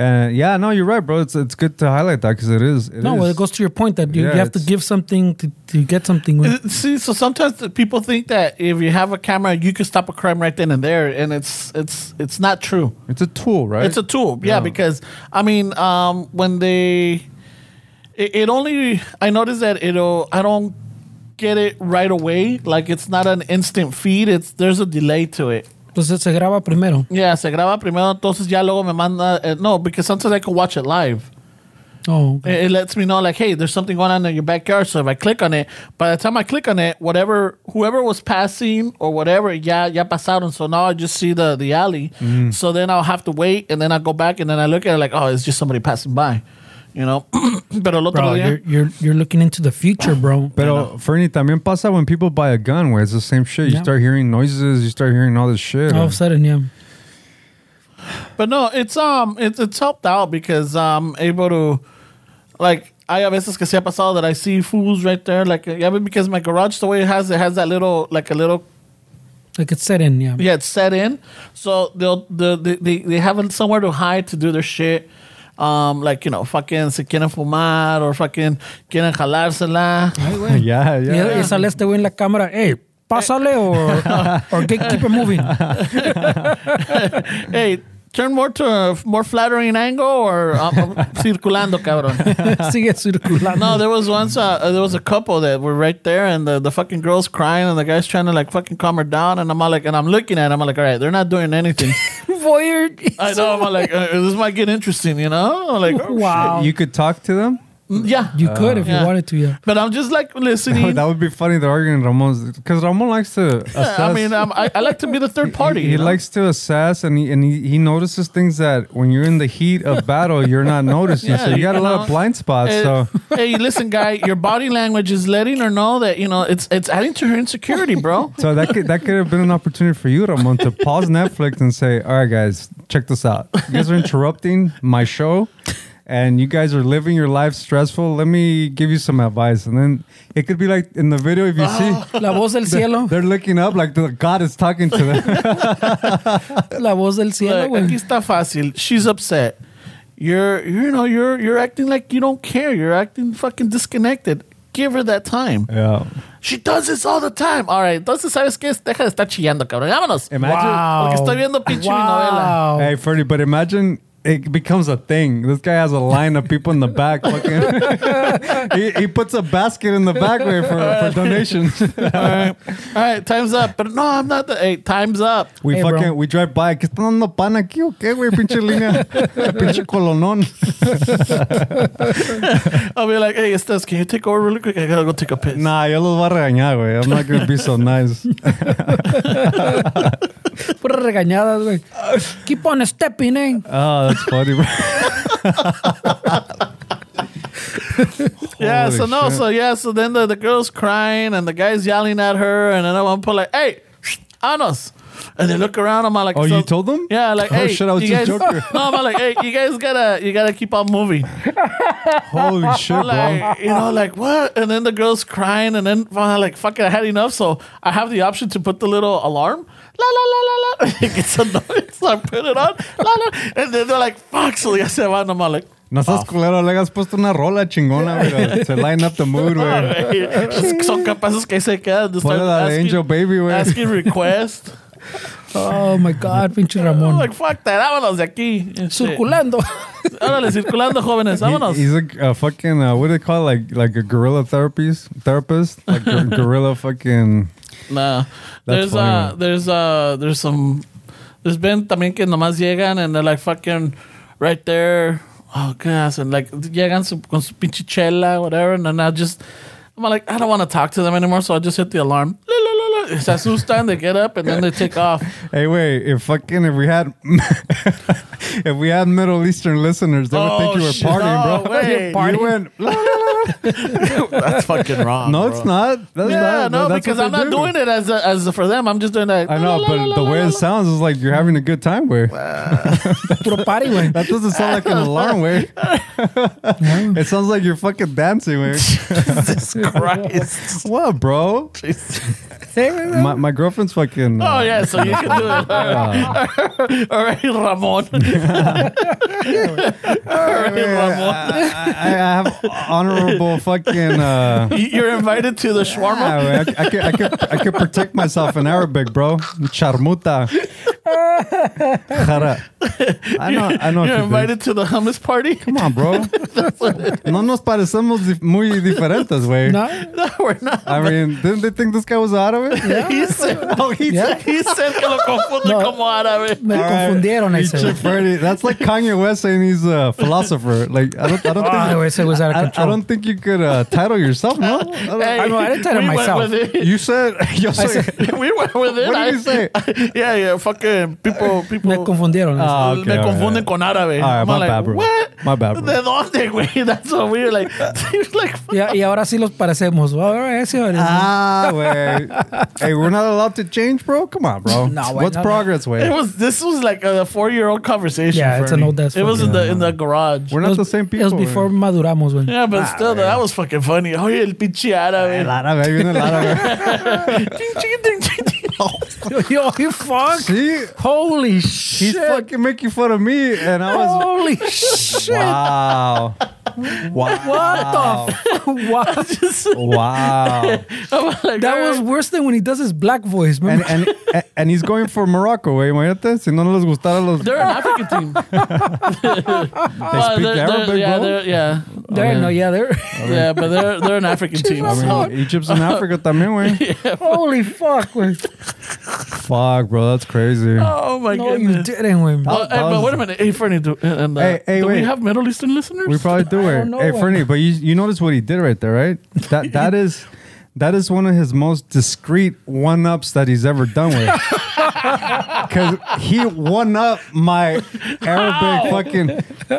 B: And yeah, no, you're right, bro. It's it's good to highlight that because it is.
D: No, well, it goes to your point that you,
B: Yeah,
D: you have to
B: it's-
D: give something to, to get something.
C: Uh, See, so sometimes the people think that if you have a camera, you can stop a crime right then and there, and it's it's it's not true.
B: It's a tool, right?
C: It's a tool, yeah,
B: Yeah.
C: Because I mean, um, when they, it, it only I noticed that it'll I don't get it right away. Like it's not an instant feed. It's there's a delay to it.
D: Entonces se graba primero.
C: Yeah, se graba primero, entonces ya luego me manda. eh, no, because sometimes I can watch it live.
D: Oh, okay.
C: It, it lets me know like, hey, there's something going on in your backyard. So if I click on it, by the time I click on it, whatever whoever was passing or whatever, yeah, ya pasaron. So now I just see the the alley.
D: Mm.
C: So then I'll have to wait, and then I go back, and then I look at it like, oh, it's just somebody passing by, you know. [CLEARS THROAT] But el otro
D: bro,
C: día-
D: you're, you're you're looking into the future, bro.
B: Pero Fernie, también pasa when people buy a gun, where it's the same shit. You
D: Yeah. Oh,
B: start hearing noises, you start hearing all this shit.
D: All of a sudden, yeah.
C: But no, it's um, it's it's helped out because I'm able to, like, I have veces que se ha pasado that I see fools right there, like, yeah, but because my garage the way it has it has that little like a little
D: Like it's set in, yeah.
C: yeah it's set in, so they'll the they they, they have somewhere to hide to do their shit. Um, like you know, fucking se quieren fumar or fucking quieren jalársela.
B: yeah, [LAUGHS] yeah,
D: Y, y sale este güey en la cámara, hey, pásale o or get, keep it moving. [LAUGHS]
C: hey, turn more to a more flattering angle or um, [LAUGHS] circulando, cabrón.
D: Sigue circulando.
C: No, there was once uh, uh, there was a couple that were right there, and the, the fucking girl's crying, and the guy's trying to like fucking calm her down, and I'm all like, and I'm looking at him, I'm like, all right, they're not
B: [LAUGHS]
C: doing anything.
D: voyeur.
C: I know, I'm all like, uh, this might get interesting, you know? I'm like, oh,
D: wow.
B: You could talk to them.
C: Yeah.
D: You could if
C: yeah.
D: you wanted to, yeah.
C: but I'm just like listening.
B: Oh, [LAUGHS] that would be funny. They're arguing Ramon's because Ramon likes to. Assess,
C: I mean, um, I, I like to be the third party.
B: He, he
C: you know?
B: likes to assess, and he and he, he notices things that when you're in the heat of battle, you're not noticing. so
C: Yeah,
B: you got a
C: you
B: lot
C: know.
B: of blind spots.
C: Hey,
B: so
C: Eh, hey, listen, guy, your body language is letting her know that you know it's it's adding to her
B: [LAUGHS]
C: insecurity, bro.
B: So that could that could have been an opportunity for you, Ramon, to pause Netflix and say, "All right, guys, check this out. You guys are interrupting my show, and you guys are living your life stressful. Let me give you some advice." And then it could be like in the video if you
C: Oh.
B: see
D: La voz del cielo,
B: [LAUGHS] they're looking up like the God is talking to them.
D: la voz del cielo,
C: Look, aquí
D: güey.
C: está fácil. She's upset. You're you know you're you're acting like you don't care. You're acting fucking disconnected. Give her that time.
B: yeah,
C: She does this all the time. All right, entonces sabes qué, es? deja de estar chillando, cabrón. Vámonos.
B: imagine.
C: Porque estoy viendo pinche mi novela.
B: Hey, Freddie, but imagine. It becomes a thing. This guy has a line of people in the back. fucking- [LAUGHS] he, he puts a basket in the back way for, for donations.
C: All right, time's up. But no, I'm not. The, hey, time's up.
B: We
D: Hey,
B: fucking
D: bro.
B: we drive by. ¿Qué están dando pan aquí o qué, güey? Pinche línea. Pinche colonón.
C: I'll be like, hey, Estes, can you take over really quick? I gotta go take a piss.
B: Nah, yo los voy a regañar, güey. I'm not gonna be so nice.
D: Puras regañadas, güey. Keep on stepping, eh.
B: Oh, that's funny, bro.
C: Yeah,
B: Holy
C: so no,
B: shit.
C: so yeah, so then the, the girl's crying and the guy's yelling at her, and then at one point, like, hey, [SNIFFS] Anos. And they look around, I'm like,
B: Oh,
C: so-
B: you told them?
C: Yeah, like,
B: Oh,
C: hey,
B: shit, I was
C: you
B: just
C: guys, [LAUGHS]
B: joking.
C: No, I'm like, hey, you guys gotta, you gotta keep on
B: [LAUGHS]
C: moving.
B: Holy shit, bro.
C: Like, you know, like what? And then the girl's crying, and then finally, like, fucking, I had enough. So I have the option to put the little alarm. [LAUGHS] La la [LAUGHS] la la la. It gets annoying, so I put it on. La la. And then they're like, fuck. So ya se van. I'm like,
B: No seas culero, le has puesto una rola chingona, güey. To line up the mood, güey.
C: Güey, Son capaces que se quedan de
B: Ponle la de Angel Baby, güey. [LAUGHS]
C: asking request.
D: Oh my God, pinche
C: I'm
D: Ramón.
C: like, fuck that, vámonos de aquí. Este,
D: Circulando.
C: Órale, circulando,
B: [LAUGHS]
C: jóvenes, vámonos.
B: He- he's a, a fucking uh, what do they call it? like like a gorilla therapist therapist like a gorilla fucking
C: nah.
B: That's
C: There's,
B: funny,
C: uh,
B: man.
C: there's, uh, there's some, there's been también que nomás llegan and they're like fucking right there. Oh, ¿qué hacen? Like, llegan su, con su pinche chela, whatever, and then I just, I'm like, I don't want to talk to them anymore, so I just hit the alarm. La, la, la, la. Se asustan, they get up, and then they take off.
B: Hey, wait! If fucking if we had [LAUGHS] if we had Middle Eastern listeners, they would think you were
C: Oh, shit.
D: [LAUGHS]
B: partying,
C: No,
B: bro. [LAUGHS]
C: wait.
B: You went, "La, la, la, la."
C: That's fucking wrong.
B: no,
C: bro.
B: it's not. That's
C: Yeah,
B: not.
C: no,
B: that's
C: because
B: what
C: I'm
B: they
C: not
B: do.
C: doing it as a, as a, for them. I'm just doing that.
B: I know, but the way it sounds is like you're having a good time. Where that
D: Puro party, güey.
B: doesn't sound like an alarm. Where
C: [LAUGHS]
B: it sounds like you're fucking dancing. Where
C: [LAUGHS] Jesus Christ.
B: what, bro? My, my girlfriend's fucking.
C: [LAUGHS] Oh
B: uh,
C: yeah, so you can do it. [LAUGHS] All right, Ramon.
B: [LAUGHS]
C: All right, Ramon.
B: I, I have honorable fucking.
D: [LAUGHS]
B: Uh,
C: You're invited to the shawarma.
B: yeah, wait, I, I, could, I, could, I could protect myself in Arabic, bro. Charmuta. Jara. I know, I know.
C: You're
B: what you
C: invited to the hummus party. [LAUGHS]
B: think. Come on, bro. No nos parecemos dif- muy diferentes, güey.
D: No,
C: No, we're not.
B: I mean, didn't they think this guy was out of it? [LAUGHS]
C: He said, oh, he,
D: Yeah.
C: said, he said que lo confunde
D: No.
C: como árabe.
D: me
B: Ah,
D: confundieron ese.
B: Pinche
D: güey.
B: Freddy. That's like Kanye West saying he's a philosopher. Like, I don't, I don't
D: Ah, güey,
B: think.
D: ese was out of
B: I, I
D: control.
B: don't think you could uh, title yourself, no? I don't-
C: Hey,
D: I'm invited to
C: we
D: myself.
C: Went with it. [LAUGHS]
B: You said, [LAUGHS] yo soy,
C: We went with it.
B: What did you say?
C: [LAUGHS] yeah, yeah, fucking people, people.
D: Me confundieron. ese.
B: Ah, ok,
C: me
B: all right,
C: confunden con árabe.
B: All right,
C: I'm
B: my
C: like,
B: bad, bro.
C: What?
B: My bad, bro.
C: ¿De dónde, güey? [LAUGHS] That's what we were like. like
D: [LAUGHS] Y, y ahora sí los parecemos. All right, sí, ahora sí.
B: Ah, wait. [LAUGHS] hey, we're not allowed to change, bro. Come on, bro.
D: [LAUGHS] No, wait,
B: What's
D: no, no.
B: progress,
C: it
B: way?
C: was this was like a four year old conversation.
D: Yeah, it's an
C: Fernie.
D: old-ass
C: It was in
D: fucking-
C: the in the garage.
B: We're
D: It
B: not
D: was-
B: the same people. eh.
D: It
B: [LAUGHS]
D: was before maduramos, güey.
C: yeah, but still, that was fucking funny. [LAUGHS] Oye, el pinche
B: El
C: árabe.
D: [LAUGHS]
B: árabe, ahí viene el árabe.
C: Ching, ching, ching, ching, ching.
D: Yo, you
B: [LAUGHS]
D: fuck.
B: See,
D: Holy
B: he's
D: shit.
B: fucking making fun of me, and I was. [LAUGHS]
D: Holy shit. [LAUGHS]
B: Wow. Wow.
D: What the
B: [LAUGHS]
D: fuck? Wow.
B: Wow.
C: [LAUGHS] I'm like,
D: That
C: all
D: was
C: right.
D: worse than when he does his black voice, man.
B: And, and, and he's going for Morocco, güey. Imagínate, si no les gustara los.
C: They're an
B: [LAUGHS]
C: African team. [LAUGHS]
B: They speak Arabic,
C: yeah,
B: bro.
C: they're, yeah,
D: [LAUGHS] there,
B: oh,
D: no, yeah, there.
B: [LAUGHS]
D: [LAUGHS]
C: yeah, but they're they're an African team.
B: I mean, Egypt's in Africa también, güey. [LAUGHS]
D: Holy fuck, güey.
B: Fuck, bro, that's crazy.
C: [LAUGHS] Oh my
D: No, you
C: goodness.
D: didn't, güey.
C: Oh, hey, but wait a minute. Hey, Fernie, do, and, uh,
B: Hey, hey,
C: do we
B: wait.
C: have Middle Eastern listeners?
B: We probably do
D: I
B: it.
D: don't know,
B: Hey,
D: uh,
B: Fernie, but you you notice what he did right there, right?
C: [LAUGHS]
B: That that is that is one of his most discreet one ups that he's ever done
C: [LAUGHS]
B: with. Cause he one up my Arabic fucking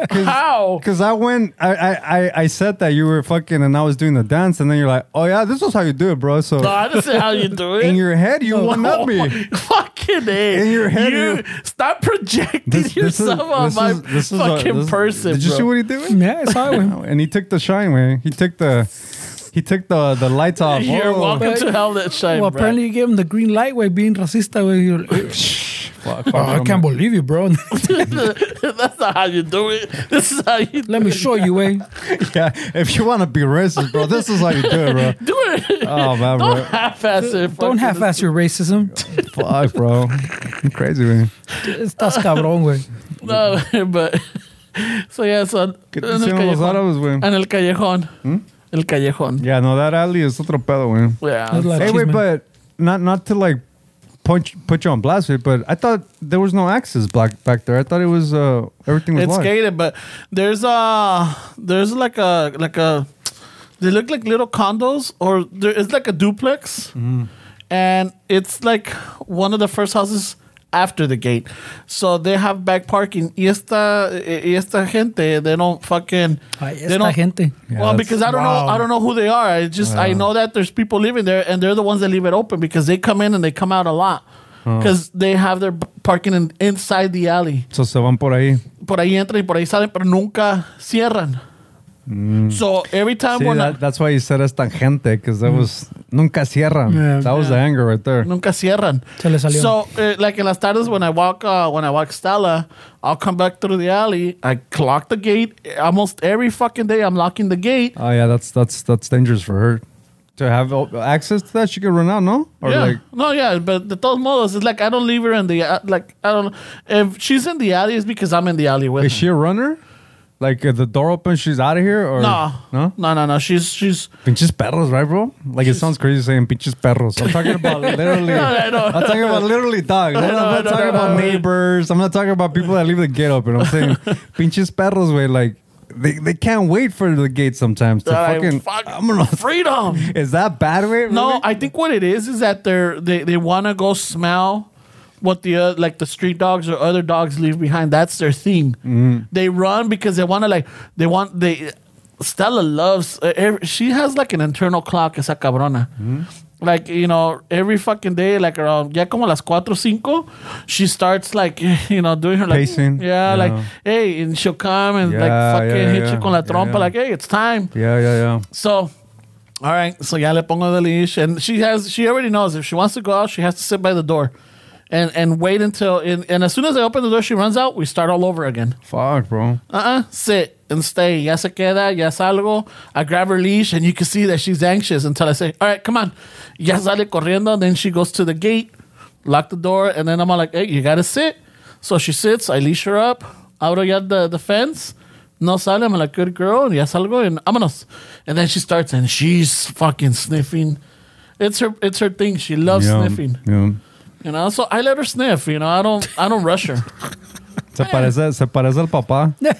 B: cause,
C: How?
B: Cause I went I, I I- I said that you were fucking and I was doing the dance and then you're like, Oh yeah, this was how you do it, bro. So
C: No, I just see how you do it.
B: in your head you one up
C: [LAUGHS]
B: me.
C: Fucking A.
B: In your head,
C: You
B: you-
C: stop projecting yourself on my
B: this is a-
C: fucking
B: this is-
C: person,
B: Did you
C: bro.
B: see what he did?
D: Yeah, I saw it,
B: [LAUGHS]
D: güey.
B: Oh, and he took the shine, man. He took the he took the the lights off. Oh.
C: [LAUGHS] You're
B: Whoa.
C: welcome
D: But-
C: to hell that shine,
D: Well,
C: Brad.
D: apparently you gave him the green light, güey, being racista, güey. You're
B: [LAUGHS]
D: like,
B: Fuck,
D: "Oh, I
B: fuck,
D: can't believe you,
C: [LAUGHS]
D: bro. [LAUGHS]
C: That's not how you do it. This is how you
D: Let me show you,
B: [LAUGHS]
D: güey.
B: Yeah, if you want to be racist, bro, this is how you do it,
C: [LAUGHS]
B: bro.
C: do it.
B: Oh man,
C: Don't
B: bro.
C: half-ass it.
D: Uh, Don't half-ass your racism.
B: Fuck, bro. You crazy, man.
D: Estás cabrón, güey.
C: No, [LAUGHS] but so yeah, so
B: ¿Qué
C: en
B: te
C: el
B: hicieron los
C: callejón.
B: árabes, güey?
C: En el callejón. El callejón.
B: Hmm? Yeah, no, that alley is otro pedo, güey.
C: Yeah.
D: That's like-
B: Hey, wait,
D: Cheese, man.
B: but not not to like punch put you on blast, here, but I thought there was no access black back there. I thought it was uh everything was
C: it's
B: locked.
C: gated, but there's a there's like a like a they look like little condos or there it's like a duplex,
B: Mm.
C: and it's like one of the first houses after the gate, so they have back parking. Y esta y esta gente they don't fucking
D: Ay,
C: they
D: esta
C: don't
D: gente.
B: Yeah,
C: well,
B: that's-
C: because I don't know, I don't know who they are. I just I know that there's people living there, and they're the ones that leave it open because they come in and they come out a lot because they have their b- parking in, inside the alley.
B: So se van por ahí.
C: Por ahí entran y por ahí salen, pero nunca cierran. So every time
B: See,
C: when I-
B: Mm. that, that's why he said es tangente, because that was nunca cierran.
D: Yeah.
B: that was the anger right there.
C: nunca cierran.
D: Se le salió.
C: So eh, like in las tardes when I walk uh, when I walk Stella, I'll come back through the alley. I clock the gate almost every fucking day. I'm locking the gate.
B: Oh yeah, that's that's that's dangerous for her to have o- access to that. She could run out, no? Or
C: yeah.
B: like,
C: no, yeah, but the todos modos, it's like I don't leave her in the uh, like I don't. If she's in the alley, it's because I'm in the alley with
B: is
C: her.
B: she a runner? Like if the door opens, she's out of here, or
C: no,
B: no?
C: no, no, no. She's she's.
B: Pinches perros, right, bro? Like it sounds crazy saying pinches perros. I'm
C: [LAUGHS]
B: talking about literally.
C: I know.
B: I'm talking about literally dogs. I'm
C: know, I
B: not talking
C: know, I know, I
B: about
C: know.
B: neighbors. I'm not talking about people that leave the gate open. I'm
C: [LAUGHS]
B: saying pinches perros, way like they, they can't wait for the gate sometimes to
C: Like,
B: fucking.
C: fuck,
B: [LAUGHS] I'm gonna.
C: freedom.
B: Is that bad, way?
C: No, I think what it is is that they're they, they want to go smell what the uh, like the street dogs or other dogs leave behind. That's their theme.
B: Mm.
C: They run because they want to like they want they. Stella loves. Uh, every, she has like an internal clock. Esa cabrona.
B: Mm.
C: Like you know, every fucking day, like around ya como las cuatro cinco, she starts like [LAUGHS] you know doing her like
B: Pacing,
C: yeah,
B: you
C: like
B: know.
C: hey, and she'll come and
B: Yeah,
C: like fucking
B: yeah,
C: hit
B: yeah.
C: you con la trompa
B: Yeah.
C: like hey, it's time.
B: Yeah, yeah, yeah.
C: So, all right. So ya le pongo the leash, and she has. She already knows if she wants to go out, she has to sit by the door, and and wait until. And, and as soon as I open the door, she runs out. We start all over again.
B: Fuck, bro.
C: Uh uh Sit and stay. Ya se queda. Ya salgo. I grab her leash, and you can see that she's anxious until I say, "All right, come on." Ya sale corriendo. Then she goes to the gate, lock the door, and then I'm all like, "Hey, you gotta sit." So she sits. I leash her up. Abro ya the the fence. No sale. I'm like, "Good girl." And ya salgo. And vámonos. And then she starts, and she's fucking sniffing. It's her. It's her thing. She loves
B: Yeah,
C: sniffing.
B: yeah.
C: You know. So I let her sniff. You know. I don't. I don't rush her. [LAUGHS] Eh.
B: Se parece, se parece al papá. Let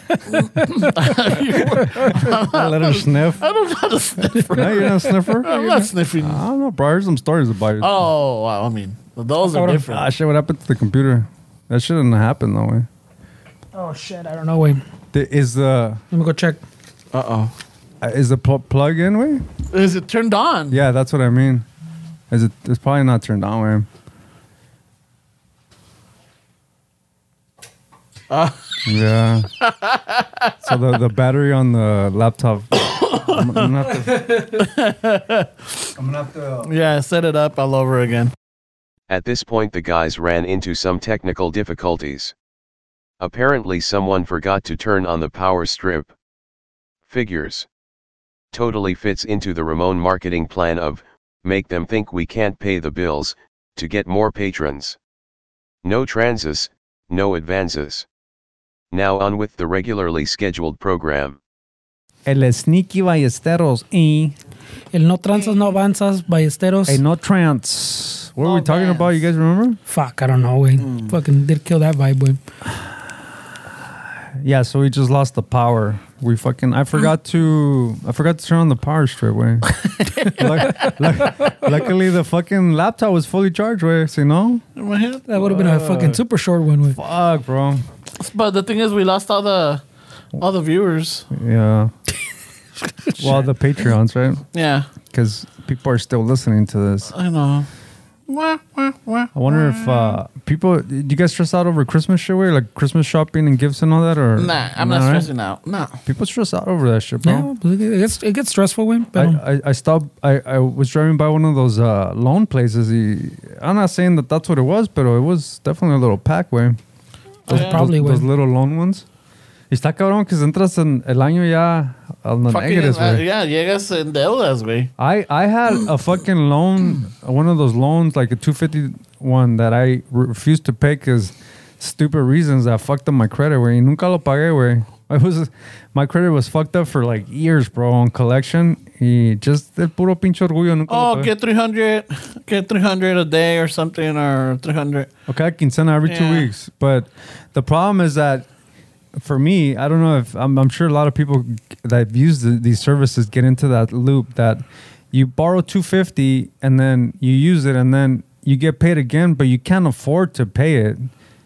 B: him
C: [LAUGHS]
B: sniff.
C: I don't know how to sniff.
B: No, you're not a sniffer.
C: I'm not sniffing.
B: I don't know, bro. I heard some stories about it.
C: Oh, wow, I mean, those are different.
B: Ah, shit, what happened to the computer? That shouldn't happen that way.
D: Oh, shit, I don't know, güey.
B: The- Is the
D: Let me go check.
C: Uh oh.
B: is the pl- plug in way?
C: Is it turned on?
B: Yeah, that's what I mean. Is it? It's probably not turned on way.
C: Ah. [LAUGHS]
B: yeah. So the, the battery on the laptop. [COUGHS] I'm, I'm gonna have to. I'm gonna have to.
C: Yeah, set it up all over again.
E: At this point, the guys ran into some technical difficulties. Apparently, someone forgot to turn on the power strip. Figures. Totally fits into the Ramon marketing plan of make them think we can't pay the bills to get more patrons. No transes, no advances. Now on with the regularly scheduled program.
B: El sneaky ballesteros y
D: El no tranzas, no avanzas, ballesteros.
B: a no trance. What were we
F: Oh,
B: talking
F: man.
B: about? You guys remember?
D: Fuck, I don't know, güey. Fucking did kill that vibe, güey.
B: Yeah, so we just lost the power. We fucking I forgot to I forgot to turn on the power strip way. [LAUGHS] Luck- luck- luckily the fucking laptop was fully charged way. Say no?
C: Imagínate.
D: That would have been a fucking super short one, güey.
B: Fuck bro.
C: But the thing is, we lost all the all the viewers.
B: [LAUGHS] Yeah. well the Patreons, right?
C: Yeah,
B: Because people are still listening to this.
C: I know. Wah, wah, wah.
B: I wonder if
C: Mm.
B: uh people do you guys stress out over Christmas shit way? Like Christmas shopping and gifts and all that or
C: Nah, I'm not
B: Nah, right?
C: stressing out. Nah.
B: People stress out over that shit, bro.
D: Yeah, but it gets it gets stressful, güey.
B: I,
D: But um,
B: I, I stopped. I, I was driving by one of those uh, loan places. y- I'm not saying that that's what it was, but it was definitely a little pack way.
D: Those probably
B: those,
D: was.
B: those little loan ones. Y está cabrón que entras en el año ya al no
C: Fucking,
B: negres,
C: uh,
B: güey.
C: yeah, llegas en deudas, güey.
B: I, I had a fucking loan, one of those loans, like a 250 one that I re- refused to pay because stupid reasons that fucked up my credit, güey. Y nunca lo pagué, güey. [LAUGHS] I was, my credit was fucked up for like years, bro, on collection. Y just el puro pinche orgullo nunca lo
C: Oh,
B: pagué.
C: get 300, get 300 a day or something, or 300.
B: Okay, quincena every two
C: Yeah.
B: weeks. But the problem is that for me, I don't know if I'm, I'm sure a lot of people that use the, these services get into that loop that you borrow 250 and then you use it and then you get paid again, but you can't afford to pay it.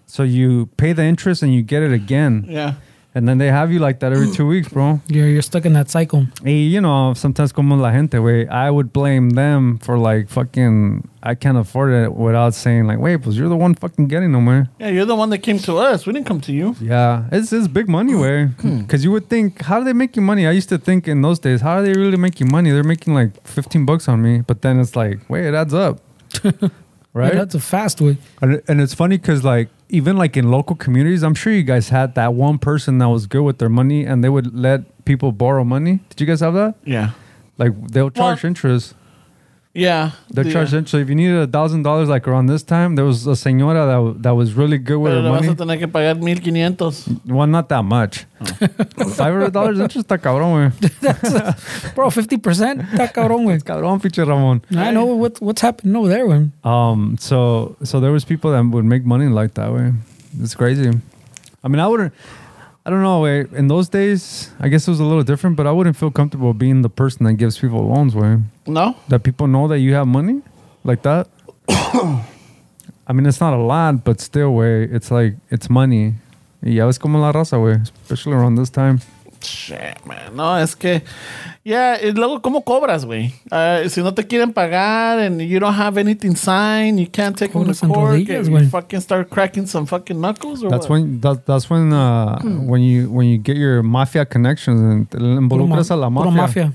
B: So you pay the interest and you get it again.
C: Yeah.
B: And then they have you like that every two weeks, bro.
D: you're you're stuck in that cycle.
B: Y, you know, sometimes como la gente, way I would blame them for like fucking, I can't afford it without saying like, wait, pues you're the one fucking getting them, man.
C: Yeah, you're the one that came to us. We didn't come to you.
B: Yeah, it's it's big money way.
C: Hmm.
B: Because you would think, how do they make you money? I used to think in those days, how do they really make you money? They're making like fifteen bucks on me, but then it's like, wait, it adds
C: [LAUGHS]
B: up,
D: Right?
B: right?
D: that's a fast way.
B: and, and it's funny because like even like in local communities, I'm sure you guys had that one person that was good with their money, and they would let people borrow money. Did you guys have that?
C: Yeah.
B: Like they'll charge interest.
C: Yeah.
B: They'll
C: The-
B: charge interest. If you needed a thousand dollars, like around this time, there was a señora that w- that was really good with
C: Pero
B: her
C: le vas
B: money.
C: a tener que pagar 1500.
B: Well, not that much. Five hundred dollars interest, está cabrón, güey.
D: Bro, fifty percent? That cabrón, [LAUGHS] güey.
B: Cabrón, pinche Ramon.
D: I know what what's happening over there, güey.
B: Um, so so there was people that would make money like that way. It's crazy. I mean, I wouldn't. I don't know. Way in those days, I guess it was a little different, but I wouldn't feel comfortable being the person that gives people loans. Way
C: No?
B: that people know that you have money like that. [COUGHS] I mean, it's not a lot, but still, way it's like it's money. Yeah, it's como la raza, way, especially around this time.
C: Shit, man. No, es que. Yeah, y luego, ¿cómo cobras, güey? Ah, si no te quieren pagar and you don't have anything signed, you can't take them to
D: Cobras en
C: court,
D: rodillas,
C: and you
D: güey.
C: fucking start cracking some fucking knuckles or
B: That's
C: what?
B: when that, that's when uh, when you when you get your mafia connections and te
D: Hmm. Puro ma-
B: involucras a la
D: puro
B: mafia.
D: mafia.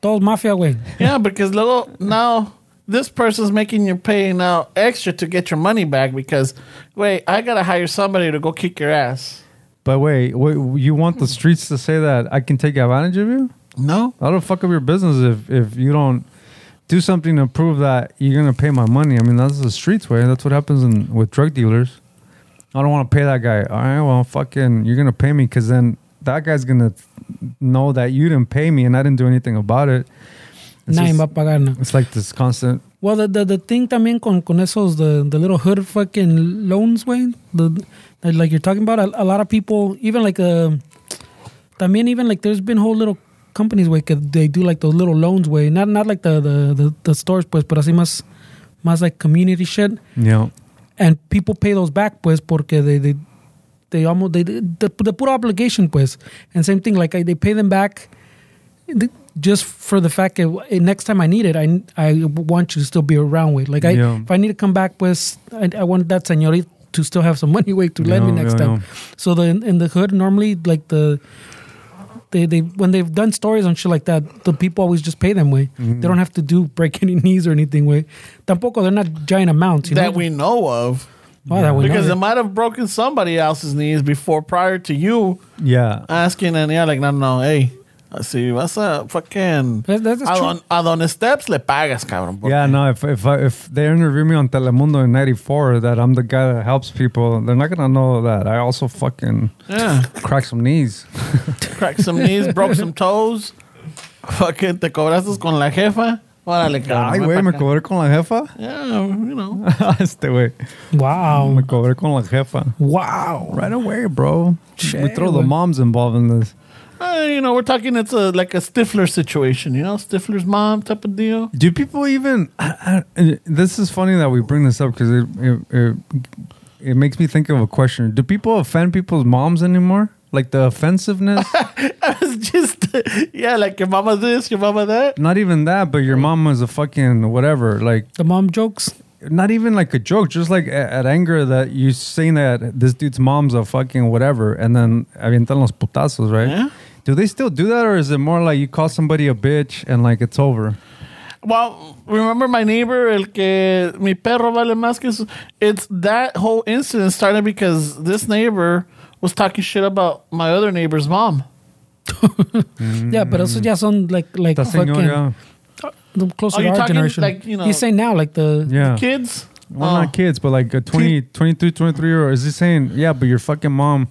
D: Todos mafia, güey.
C: Yeah, because luego now this person's making you pay now extra to get your money back because wait, I gotta hire somebody to go kick your ass.
B: But wait, wait, you want the streets to say that I can take advantage of you?
C: No.
B: That'll fuck up your business if if you don't do something to prove that you're gonna pay my money. I mean, that's the streets way. That's what happens in, with drug dealers. I don't want to pay that guy. All right, well, fucking, you're gonna pay me because then that guy's gonna know that you didn't pay me and I didn't do anything about it. It's,
D: Nadie
B: just-
D: va a pagar nada.
B: it's like this constant.
D: Well, the, the, the thing también con, con esos, the, the little hood fucking loans, way, the, that, like you're talking about, a, a lot of people, even like, uh, también even like there's been whole little companies, way, que they do like those little loans, way, not not like the, the, the, the stores, pues, pero así más, más like community shit.
B: Yeah.
D: And people pay those back, pues, porque they, they, they almost, they, they- the, the pure obligation, pues. And same thing, like I, they pay them back th- just for the fact that eh, next time I need it, I, I want you to still be around with. Like, I,
B: Yeah.
D: if I need to come back, pues, I, I want that senorita to still have some [LAUGHS] money way to lend me
B: Yeah,
D: next
B: yeah,
D: time.
B: yeah.
D: So the in, in the hood, normally, like the, they, they when they've done stories on shit like that, the people always just pay them way.
B: Mm-hmm.
D: They don't have to do break [LAUGHS] any knees or anything way. Tampoco, they're not giant amounts. You
C: That
D: know?
C: we know of.
D: Wow, that we know
C: Because
D: that.
C: it might have broken somebody else's knees before prior to you
B: Yeah.
C: asking and yeah, like no no, hey. Si vas a fucking
D: That- that's
C: a,
D: true.
C: don, a donde steps le pagas, cabrón. porque-
B: Yeah, no. If if I, if they interview me on Telemundo in '94, that I'm the guy that helps people, they're not gonna know that I also fucking
C: Yeah.
B: crack some knees. [LAUGHS]
C: Cracked some knees, broke some toes. Fucking te cobraste con la jefa. Órale, cabrón.
D: Ah,
B: Ay,
C: ven
B: güey,
C: pa'
B: me
C: acá.
B: cobré con la jefa.
D: [LAUGHS]
C: Yeah, you know.
B: este güey.
D: Wow.
B: Me cobré con la jefa.
D: Wow.
B: Right away, bro. we
D: Shit,
B: throw the
D: güey.
B: moms involved in this.
C: Uh, you know, we're talking it's a, like a Stifler situation, you know, Stifler's mom type of deal. [LAUGHS]
B: Do people even? I, I, this is funny that we bring this up because it, it it it makes me think of a question. Do people offend people's moms anymore? Like the
D: [LAUGHS]
B: offensiveness?
C: it's just, yeah, like your mama this, your mama that.
B: not even that, but your mom was a fucking whatever. Like
D: The mom jokes.
B: not even like a joke, just like at, at anger that you saying that this dude's mom's a fucking whatever, and then avientan los putazos, right?
C: Yeah.
B: Do they still do that, or is it more like you call somebody a bitch and like it's over?
C: Well, remember my neighbor, el que mi perro vale más que su. It's that whole incident started because this neighbor was talking shit about my other neighbor's mom.
D: Yeah, but also yeah, son like like
B: Mm. The señora,
D: Oh, fucking the closer
C: Oh,
D: to
C: you're
D: our
C: talking,
D: generation.
C: like, you know-
D: He's saying now like the
B: yeah.
C: Kids?
B: Well,
C: Oh.
B: not kids, but like a 20, 22, 23 year old. Is he saying, yeah, but your fucking mom,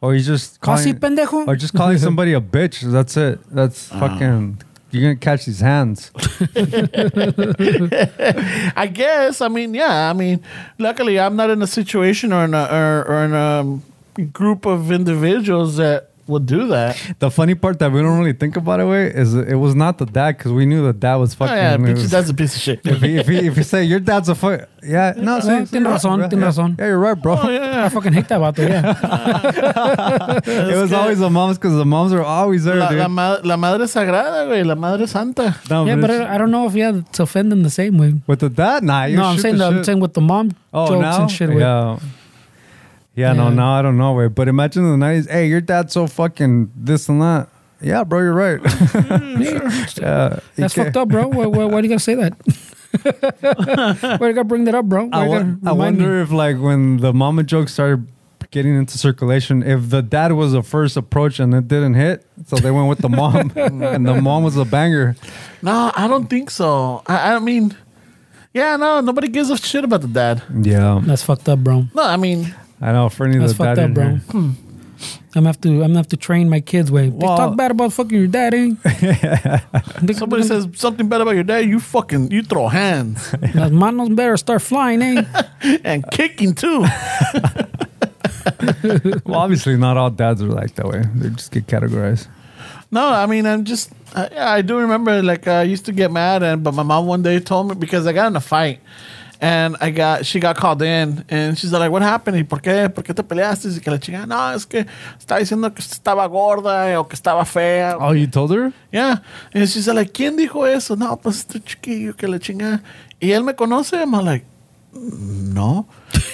B: or he's just
D: Casi
B: calling,
D: pendejo.
B: or just
D: [LAUGHS]
B: calling somebody a bitch? That's it. That's
C: Ah.
B: fucking. You're gonna catch these hands.
C: I guess. I mean, yeah. I mean, luckily, I'm not in a situation or in a or, or in a group of individuals that would do that.
B: The funny part that we don't really think about it way is it was not the dad because we knew the dad was
C: Oh,
B: fucking.
C: yeah,
B: it
C: bitch,
B: was-
C: that's a piece of shit.
B: if, he, if, he, if you say your dad's a fuck, yeah, no, see,
D: Uh, tiene
B: see, yeah,
D: razón,
B: yeah,
D: tiene
B: yeah.
D: razón.
B: Yeah, you're right, bro.
D: I fucking hate that about that.
B: [LAUGHS]
D: Yeah.
B: it was always the moms because the moms are always there,
C: La,
B: dude.
C: la, ma- la madre sagrada, güey. La madre santa.
B: No,
D: yeah, but uh,
B: it's-
D: I, I don't know if yeah, it's offending the same way.
B: with the dad, nah, you
D: No, I'm
B: shoot
D: saying
B: the
D: that, I'm
B: shit.
D: saying with the mom
B: Oh,
D: jokes
B: now?
D: and shit. with-
B: Yeah. Yeah, no,
D: Yeah.
B: now I don't know, wait. But imagine in the 90s, hey, your dad's so fucking this and that. Yeah, bro, you're
D: [LAUGHS]
B: right. yeah, he
D: That's
B: ca-
D: fucked up, bro. Why, why, why do you gotta
C: [LAUGHS]
D: say that? why do you gotta bring that up, bro? Why
B: I,
D: you
B: won- I
D: gotta remind me?
B: wonder if, like, when the mama joke started getting into circulation, if the dad was the first approach and it didn't hit, so they went with the mom, and the mom was a banger.
C: No, I don't think so. I, I mean, yeah, no, nobody gives a shit about the dad.
B: Yeah,
D: That's fucked up, bro.
C: No, I mean,
B: I know. For any of
D: That's
B: the
D: fucked
B: dad
D: up,
B: in
D: bro. [LAUGHS]
B: here.
D: Hmm. I'm gonna have to. I'm gonna have to train my kids. Way
B: Well-
D: they talk bad about fucking your eh?
B: [LAUGHS]
D: daddy.
C: somebody says something bad about your dad, you fucking you throw hands
D: [LAUGHS] "Las manos better start flying, eh?"
C: and kicking too.
B: Well, obviously, not all dads are like that way. They just get categorized.
C: No, I mean, I'm just, I, I do remember, like, I used to get mad, and but my mom one day told me because I got in a fight, and I got, she got called in, and she's like, "What happened? ¿Y por qué? ¿Por qué te peleaste?" Y que la chingada, no, es que estaba diciendo que estaba gorda o que estaba fea.
B: Oh, you told her?
C: Yeah. And she's like, ¿quién dijo eso? No, pues este chiquillo que la chingada. Y él me conoce, I'm like, no.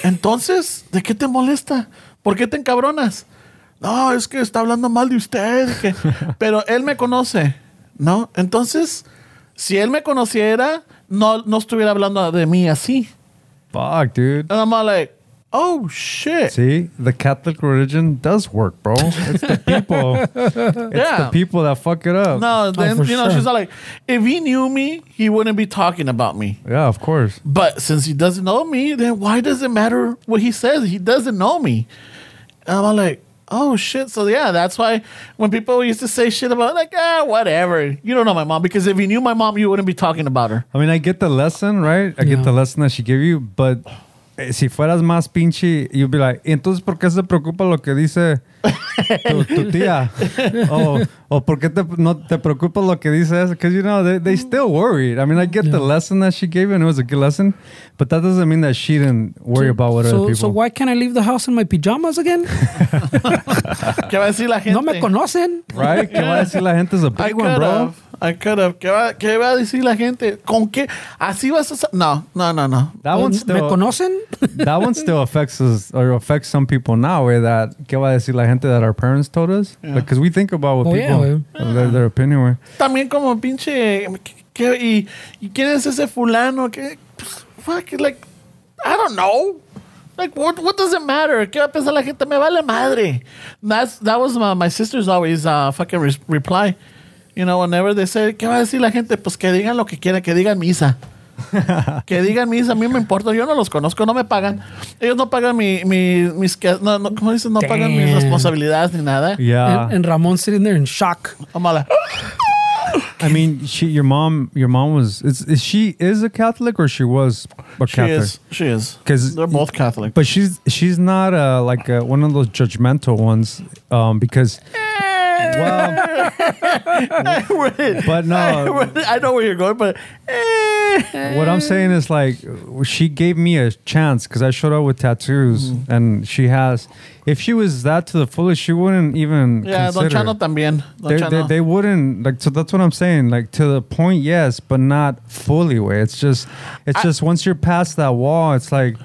C: Entonces, ¿de qué te molesta? ¿Por qué te encabronas? No, es que está hablando mal de usted.
B: [LAUGHS]
C: que- Pero él me conoce, ¿no? Entonces, si él me conociera, no, no estuviera hablando de mí así.
B: Fuck, dude.
C: And I'm all like, oh, shit.
B: See, the Catholic religion does work, bro. It's [LAUGHS] the people. it's
C: yeah.
B: the people Oh, that fuck it up.
C: No, then,
D: for
C: you know,
D: sure.
C: she's all like, if he knew me, he wouldn't be talking about me.
B: Yeah, of course.
C: But since he doesn't know me, then why does it matter what he says? He doesn't know me. And I'm like, oh shit. So yeah, that's why when people used to say shit about like, ah, whatever. You don't know my mom because if you knew my mom, you wouldn't be talking about her.
B: I mean, I get the lesson, right? I get
D: Yeah.
B: the lesson that she gave you, but eh, si fueras más pinche, you'd be like, entonces, ¿por qué se preocupa lo que dice tu, tu
D: [LAUGHS]
B: tía? o, o ¿por qué te, no te preocupa lo que dice eso? Because, you know, they,
D: Mm.
B: they still worried. I mean, I get the lesson that she gave you, and it was a good lesson, but that doesn't mean that she didn't [LAUGHS] worry about what
D: so,
B: other people.
D: so why can't I leave the house in my
B: [LAUGHS]
D: pajamas again?
C: ¿Qué va a decir la gente?
D: no me conocen.
B: Right? ¿Qué va a decir la gente? Es a
C: I
B: big
C: could
B: one, bro.
C: have. I could have. ¿Qué va, ¿Qué va a decir la gente? ¿Con qué? Así vas a. sa- No, no, no, no.
B: That one's
D: me
B: still
D: conocen.
B: that one still affects us or affects some people now. Where that que va a decir la gente that our parents told us because we think about what
D: Oh, yeah,
B: people uh,
D: güey.
B: their, their opinion were.
C: También como pinche. ¿qué- qué- y, ¿Y quién es ese fulano? ¿Qué? Pues, fuck, like, I don't know. Like, what, what does it matter? ¿Qué va a pensar la gente? Me vale madre. That's, that was my, my sister's always uh, fucking re- reply. You know, whenever they say, ¿qué va a decir la gente? Pues que digan lo que quieran, que digan misa.
B: [LAUGHS]
C: que digan misa, a mí me importa, yo no los conozco, no me pagan. Ellos no pagan mi, mi- mis, que- no, no, ¿cómo dicen? No pagan mis
D: Damn.
C: responsabilidades ni nada.
B: Yeah,
D: and, and Ramon sitting there in shock.
C: I'm all like,
B: I mean, she, your mom, your mom was is, is she is a Catholic or she was a
A: She
B: Catholic?
A: is. She is.
B: 'Cause-
A: they're both Catholic.
B: But she's she's not uh, like uh, one of those judgmental ones um, because well,
A: [LAUGHS]
B: but no,
A: I know where you're going, but eh.
B: what I'm saying is like she gave me a chance because I showed up with tattoos
A: Mm.
B: and she has. If she was that to the fullest, she wouldn't even
A: yeah, Don
B: consider.
A: Chano también. Don
B: they, they,
A: Chano.
B: they wouldn't like so that's what i'm saying like to the point yes but not fully way it's just it's just once you're past that wall it's like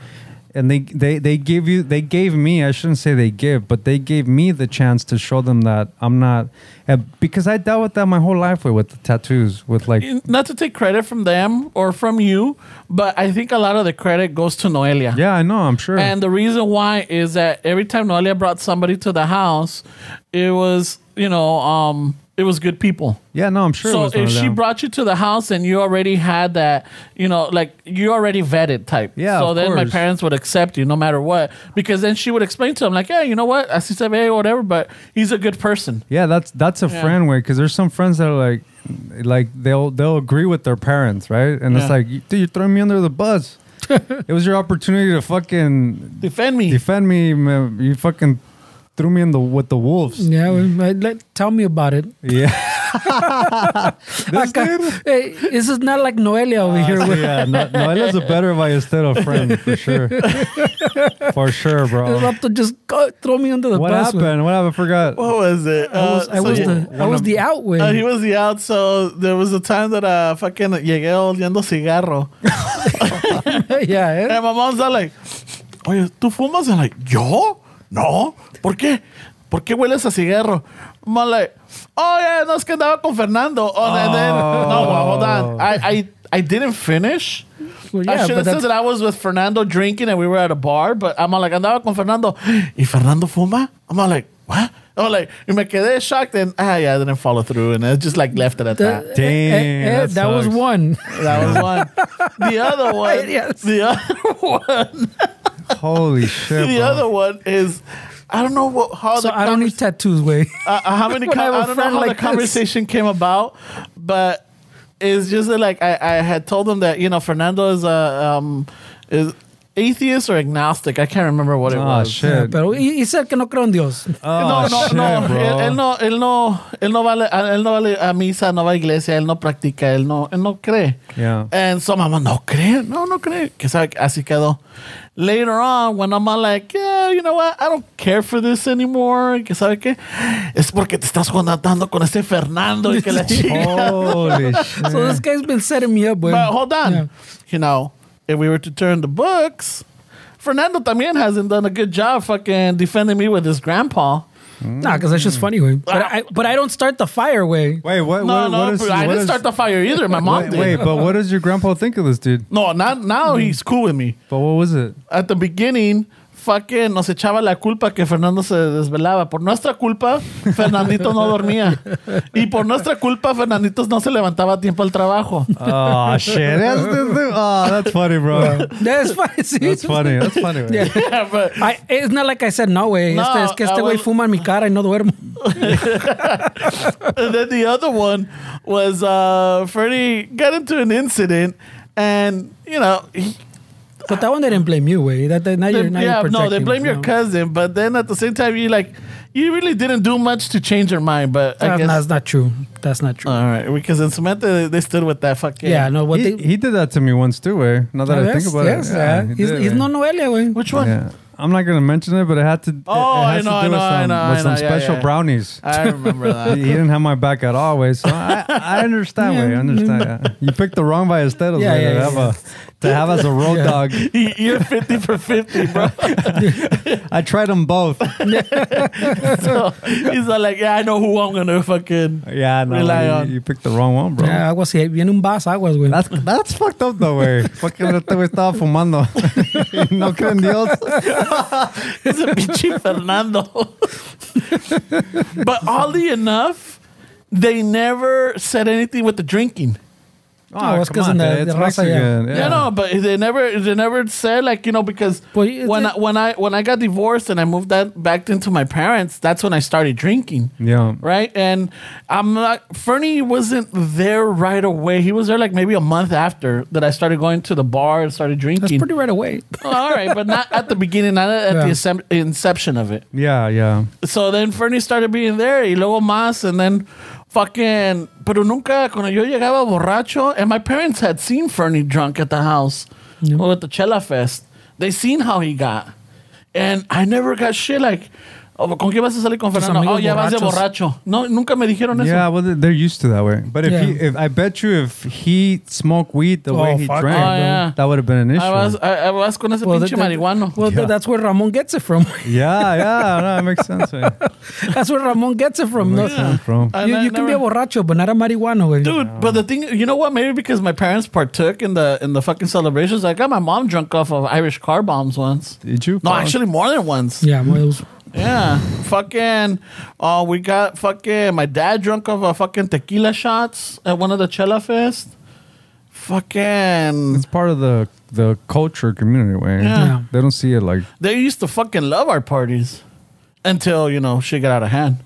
B: and they they they give you they gave me i shouldn't say they give but they gave me the chance to show them that i'm not and because i dealt with that my whole life with, with the tattoos with like
C: Not to take credit from them or from you, but I think a lot of the credit goes to Noelia.
B: yeah i know i'm sure
C: And the reason why is that every time Noelia brought somebody to the house, it was, you know, um, it was good people.
B: yeah no i'm sure it
C: so
B: was one
C: if
B: of
C: she
B: them.
C: brought you to the house and you already had that, you know, like you already vetted type.
B: Yeah,
C: So
B: of
C: then my
B: course.
C: parents would accept you no matter what. Because then she would explain to them, like, hey, you know what? I see some or whatever, but he's a good person.
B: Yeah, that's that's a friend way because there's some friends that are like, like they'll they'll agree with their parents, right? And
C: Yeah.
B: it's like, dude, you're throwing me under the [LAUGHS] bus. it was your opportunity to fucking
C: Defend me.
B: defend me. man. You fucking threw me in the with the wolves.
D: Yeah, well, I- let, tell me about it.
B: Yeah, [LAUGHS] this dude.
D: Hey, this is not like Noelia over here.
B: Uh, So, yeah, no, Noela's a better ballestero friend [LAUGHS] for sure. for sure,
D: It's
B: bro.
D: up to just go, throw me under the
B: What
D: bus. with-
B: happened? [LAUGHS] What happened? I forgot.
C: What was it?
D: I was, I was the I was the outway.
B: Ah,
C: Uh, he was the out, so there was a time that uh, fucking llegué oliendo cigarro.
D: [LAUGHS] yeah, eh?
B: Ah,
C: And my mom's all like, oye, ¿tú fumas? And like, ¿yo? No. ¿Por qué? ¿Por qué hueles a cigarro? Mom like, oh yeah, no, es que andaba con Fernando. Oh, And then, no, well, hold on. I, I, I didn't finish.
D: Well,
C: I
D: yeah,
C: should
D: but
C: have said
D: that's
C: that I was with Fernando drinking and we were at a bar, but I'm all like, andaba con Fernando. ¿Y Fernando fuma? I'm all like, what? I'm like, y me quedé shocked and, ah, yeah, I didn't follow through and I just like left it at that.
D: that,
B: Damn,
D: eh, that,
B: that
D: was
B: sucks. [LAUGHS]
D: one.
C: That was one. The
D: [LAUGHS]
C: other one,
D: Yes.
C: the other one,
B: Holy [LAUGHS] shit,
C: the
B: bro.
C: other one is I don't know what, how
D: So
C: the
D: I don't need
C: convers-
D: tattoos, way.
C: uh, uh, how many
D: [LAUGHS] when
C: con-
D: I have a
C: I don't know
D: friend
C: how
D: like
C: the
D: this.
C: conversation came about, but it's just that, like I, I had told them that you know Fernando is a um is atheist or agnostic. I can't remember what it
B: Oh
C: was.
B: shit.
D: Ah,
B: [LAUGHS]
D: Pero he, he said que no creo en Dios.
B: Oh,
C: no, no,
B: shit,
C: no.
B: bro.
C: Él, él no, él no, él no vale, a- él no vale a misa, no va a iglesia, él no practica, él no, él no cree.
B: Yeah.
C: And so mamá no cree, no, no cree. Que sabe, que así quedó. Later on, when I'm all like, yeah, you know what, I don't care for this anymore. Que sabe qué, es porque te estás conectando con ese Fernando y que
B: [LAUGHS]
C: la chica.
B: Oh, Holy shit.
D: [LAUGHS] So this guy's been setting me up, way.
C: But hold on,
D: Yeah.
C: you know, if we were to turn the books, Fernando también hasn't done a good job fucking defending me with his grandpa.
D: Nah, because that's just funny, way.
C: Ah.
D: But I but I don't start the fire, way.
B: Wait, what?
C: No,
B: what,
C: no,
B: what is,
C: I
B: what
C: didn't
B: is-
C: start the fire either. My mom
B: Wait,
C: did.
B: wait, but what does your grandpa think of this dude?
C: No, not now he's cool with me.
B: But what was
C: [LAUGHS]
B: it?
C: At the beginning, fucking nos echaba la culpa que Fernando se desvelaba. Por nuestra culpa, Fernandito no dormía. Y por nuestra culpa, Fernandito no se levantaba a tiempo
B: [LAUGHS]
C: al trabajo.
B: Oh shit! That's the, the, oh, that's funny, bro.
C: [LAUGHS]
D: That's funny. See?
B: That's funny. That's funny.
D: Yeah.
B: Yeah.
C: Yeah, but
D: [LAUGHS] I, it's not like I said no, way.
C: No,
D: este, es que
C: I
D: este güey
C: will-
D: fuma en mi cara y no duermo.
C: and then the other one was uh, Freddie got into an incident and, you know, he,
D: But that one they didn't blame you, way. That, that now
C: they-
D: you're now
C: yeah,
D: you're
C: no, they
D: protecting
C: blame
D: us,
C: your
D: you know?
C: cousin, but then at the same time, you like, you really didn't do much to change your mind, but I
D: That-
C: guess. Uh,
D: That's not true. That's not true.
C: All right, because in Samantha they stood with that fucking.
D: yeah, no. What
B: He,
D: they
B: he did that to me once too. Eh? Now that I
D: Yes,
B: think about
D: yes,
B: it,
D: yeah.
B: he
D: He's,
B: did,
D: he's
B: eh?
D: no Noelia, güey.
C: Which one?
B: Yeah. I'm not gonna mention it, but it had to. it-
C: Oh,
B: it
C: I
B: has
C: know,
B: to
C: I
B: do
C: know,
B: with
C: I
B: some,
C: know,
B: with
C: I
B: some
C: know, yeah,
B: special
C: yeah.
B: brownies.
C: I remember
B: he,
C: that.
B: [LAUGHS]
C: [LAUGHS]
B: he didn't have my back at all, way. So I, I understand, way. I understand. yeah. You picked the wrong ballesteros
D: Yeah,
B: yeah,
D: yeah,
B: to have
D: yeah.
B: a to have as a road dog.
C: Y- You're 50 for 50, bro.
B: I tried them
C: [LAUGHS]
B: both.
C: So he's all like, yeah, I know who I'm going
B: [LAUGHS]
C: to fucking.
B: Yeah, no,
C: Rely
B: you,
C: on.
B: you picked the wrong one, bro.
D: Yeah, aguas, sí, viene un vaso, aguas, güey.
B: That's that's fucked up though,
C: [LAUGHS]
B: güey. Fucking este güey estaba fumando. [LAUGHS] no creen Dios.
C: It's a bitchy Fernando. [LAUGHS] but oddly enough, they never said anything with the drinking.
B: Ah,
D: it's
B: come
D: 'cause
B: on,
D: in the-
B: dude,
D: the
B: it's
D: raza, yeah.
B: Mexican. Yeah.
C: Yeah, no, but they never they never said like you know because
D: Well, it's-
C: when I, when I when I got divorced and I moved that back into my parents, that's when I started drinking.
B: Yeah.
C: Right, and I'm not. Fernie wasn't there right away. He was there like maybe a month after that. I started going to the bar and started drinking.
D: That's pretty right away.
C: Oh, [LAUGHS] all right, but not at the beginning, not at
D: Yeah.
C: the incep- inception of it.
B: Yeah, yeah.
C: So then Fernie started being there, y luego más, and then fucking. Pero nunca, cuando yo llegaba borracho, and my parents had seen Fernie drunk at the house or at the Chela Fest. They seen how he got. And I never got shit like, oh, ¿con qué vas a salir con
D: Tus
C: Fernando? Oh,
D: amigos
C: ya vas de borracho. No, nunca me dijeron eso.
B: Yeah, well, they- they're used to that way. But if
D: Yeah.
B: he, if I bet you, if he smoked weed the
D: Oh,
B: way he
D: fuck.
B: drank,
C: Oh, yeah.
B: that would have been an issue.
C: I was, I, I was con ese
D: that-
C: pinche
D: that-
C: marihuano.
D: well, that- that's where Ramon gets it from.
B: yeah, yeah, no,
C: [LAUGHS]
B: that makes sense. man.
D: [LAUGHS] that's where Ramon gets it from. No,
B: Makes sense, bro.
C: I
D: you
C: ne-
D: you can be a
C: never-
D: borracho, but not a marihuana, güey.
C: Dude, but the thing, you know what? Maybe because my parents partook in the in the fucking celebrations, I got my mom drunk off of Irish car bombs once.
B: Did you?
C: No,
B: Fuck.
C: actually, more than once.
D: Yeah, Miles.
C: Yeah, fucking. Uh, we got fucking my dad drunk off a fucking tequila shots at one of the Chela Fest. Fucking,
B: it's part of the the culture community way.
D: Yeah.
B: They don't see it like.
C: they used to fucking love our parties until you know shit got out of hand.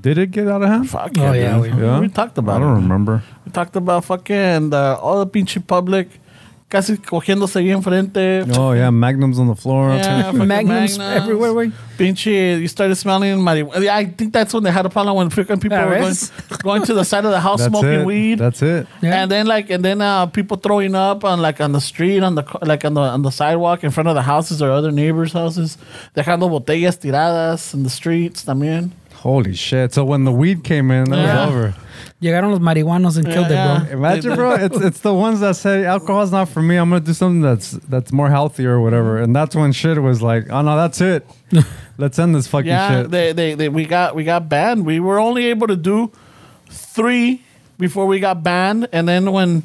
B: Did it get out of hand?
C: Fuck
D: Oh,
C: yeah,
D: yeah,
C: dude.
D: we-
C: we, talked about.
B: I
C: it.
B: don't
C: [LAUGHS]
B: remember.
C: We talked about fucking the, all the pinche public, casi cogiéndose bien frente.
B: Oh yeah, magnums on the floor. [LAUGHS]
C: Yeah, fucking
D: Magnums,
C: Magnums.
D: everywhere, güey.
C: Pinche, you started smelling marijuana. I think that's when they had a problem when freaking people
D: Yeah,
C: were going,
D: ves?
C: going to the side of the house
B: Ah, That's
C: smoking
B: it.
C: weed.
B: That's it.
D: Yeah.
C: And then like and then uh, people throwing up on like on the street on the co- like on the on the sidewalk in front of the houses or other neighbors' houses, dejando botellas tiradas in the streets también.
B: Holy shit! So when the weed came in, that
C: Yeah.
B: was over.
D: Llegaron los marihuanos and killed
C: Yeah.
D: it, bro.
B: Imagine, bro. It's it's the ones that say alcohol's not for me. I'm gonna do something that's that's more healthy or whatever. And that's when shit was like, oh no, that's
C: [LAUGHS]
B: it. Let's end this fucking
C: Yeah,
B: shit.
C: they, they they we got we got banned. We were only able to do three before we got banned, and then when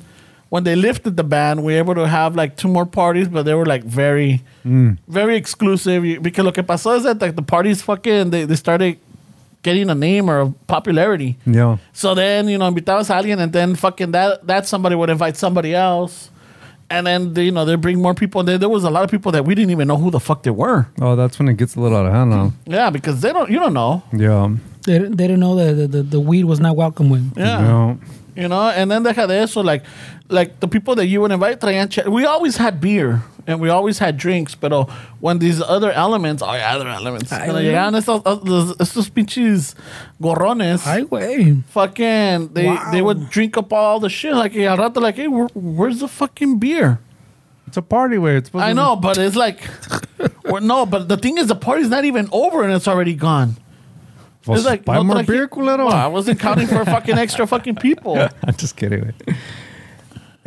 C: when they lifted the ban, we were able to have like two more parties, but they were like very very exclusive. You- Because lo que pasó is that like the parties fucking they, they started getting a name or a popularity.
B: yeah.
C: So then, you know, invitabas a alguien, and then fucking that that somebody would invite somebody else, and then they, you know they bring more people. There, there was a lot of people that we didn't even know who the fuck they were.
B: Oh, that's when it gets a little out of hand now.
C: Yeah, because they don't, you don't know.
B: Yeah.
D: They, didn't- they didn't know that the, the, the weed was not welcome, güey.
C: Yeah, you know. And then deja de eso, like, like the people that you would invite traían. che- We always had beer and we always had drinks, but when these other elements, oh yeah, other elements,
D: Ay,
C: cuando
D: güey.
C: llegaban estos, estos, estos pinches gorrones.
D: Ay, güey.
C: fucking they
D: Wow.
C: they would drink up all the shit like yeah rato like hey where, where's the fucking beer
B: It's a party where it's supposed
C: I
B: to
C: know but it's like
B: [LAUGHS]
C: well, no but the thing is the party's not even over and it's already gone
B: Be, well,
C: it's like
B: buy
C: no
B: more
C: traje-
B: beer, culero.
C: Well, I wasn't counting for fucking extra fucking people
B: [LAUGHS] I'm just kidding. Wait.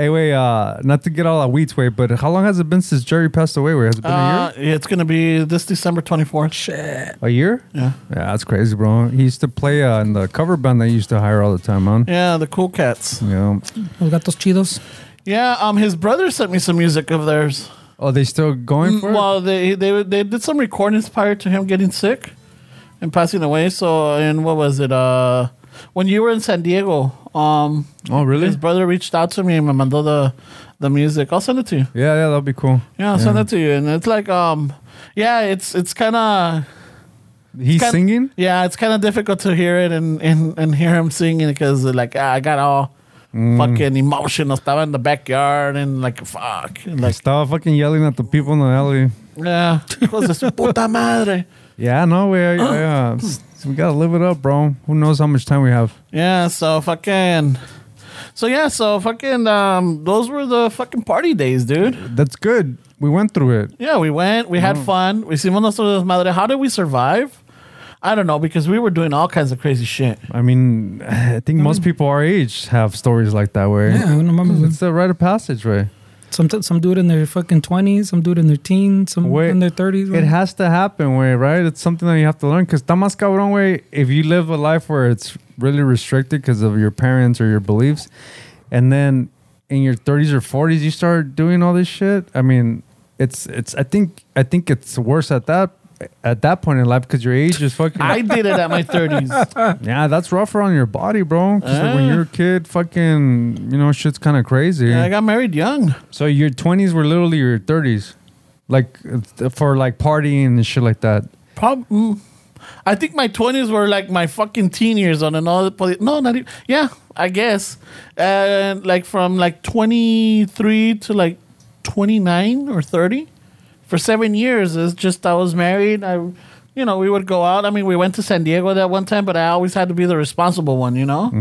B: Hey, wait, uh, not to get all our weeds way, but how long has it been since Jerry passed away? Where has it been
C: uh, it's gonna be this December 24th shit
B: a year? A year?
C: yeah
B: Yeah, that's crazy, bro. He used to play uh, in the cover band they used to hire all the time, man.
C: yeah the cool cats
B: Yeah.
D: Los gatos chidos.
C: yeah um his brother sent me some music of theirs
B: Oh, they still going for
C: Well, they they they did some recordings prior to him getting sick and passing away. So, and what was it? Uh, when you were in San Diego, um,
B: it? Oh, really?
C: his brother reached out to me and mandó the the music. I'll send it to you.
B: Yeah, yeah, that'll be cool.
C: Yeah, I'll send it to you. And it's like, um, yeah, it's it's kind of
B: He's
C: kinda-
B: singing?
C: yeah, it's kind of difficult to hear it and and, and hear him singing because like ah, I got all.
B: Mm.
C: Fucking emotional. Estaba in the backyard and like fuck, and like
B: Stop fucking yelling at the people in the alley.
C: yeah, cosas de
B: [LAUGHS]
C: su puta madre.
B: Yeah, no, we, uh,
C: [COUGHS]
B: yeah, we gotta live it up, bro. Who knows how much time we have?
C: Yeah, so fucking. So yeah, so fucking. Um, those were the fucking party days, dude.
B: That's good. We went through it.
C: Yeah, we went, we had
B: Mm.
C: fun, we hicimos nuestro desmadre. How did we survive? I don't know because we were doing all kinds of crazy shit.
B: I mean, [SIGHS] I think most people our age have stories like that where
D: Yeah, no mames, güey.
B: it's a rite of passage, right?
D: Some, some do it in their fucking 20s, some do it in their teens, some
B: Wait,
D: in their 30s.
B: It
D: güey.
B: has to happen, way, right? It's something that you have to learn because tamas cabrón, way, if you live a life where it's really restricted because of your parents or your beliefs, and then in your 30s or 40s you start doing all this shit, I mean, it's it's I think I think it's worse at that at that point in life because your age is fucking.
C: I did it at my 30s.
B: yeah, that's rougher on your body, bro. 'Cause, like, when
C: Ah.
B: you're a kid, fucking, you know, shit's kind of crazy.
C: Yeah, I got married young.
B: so your twenties were literally your thirties, like th- for like partying and shit like that.
C: Prob- mm. I think my 20s were like my fucking teen years on another. Poli- no, not even. Yeah, I guess. And like from like 23 to like 29 or 30 for seven years, it's just I was married. I, you know, we would go out. I mean, we went to San Diego that one time, but I always had to be the responsible one, you know?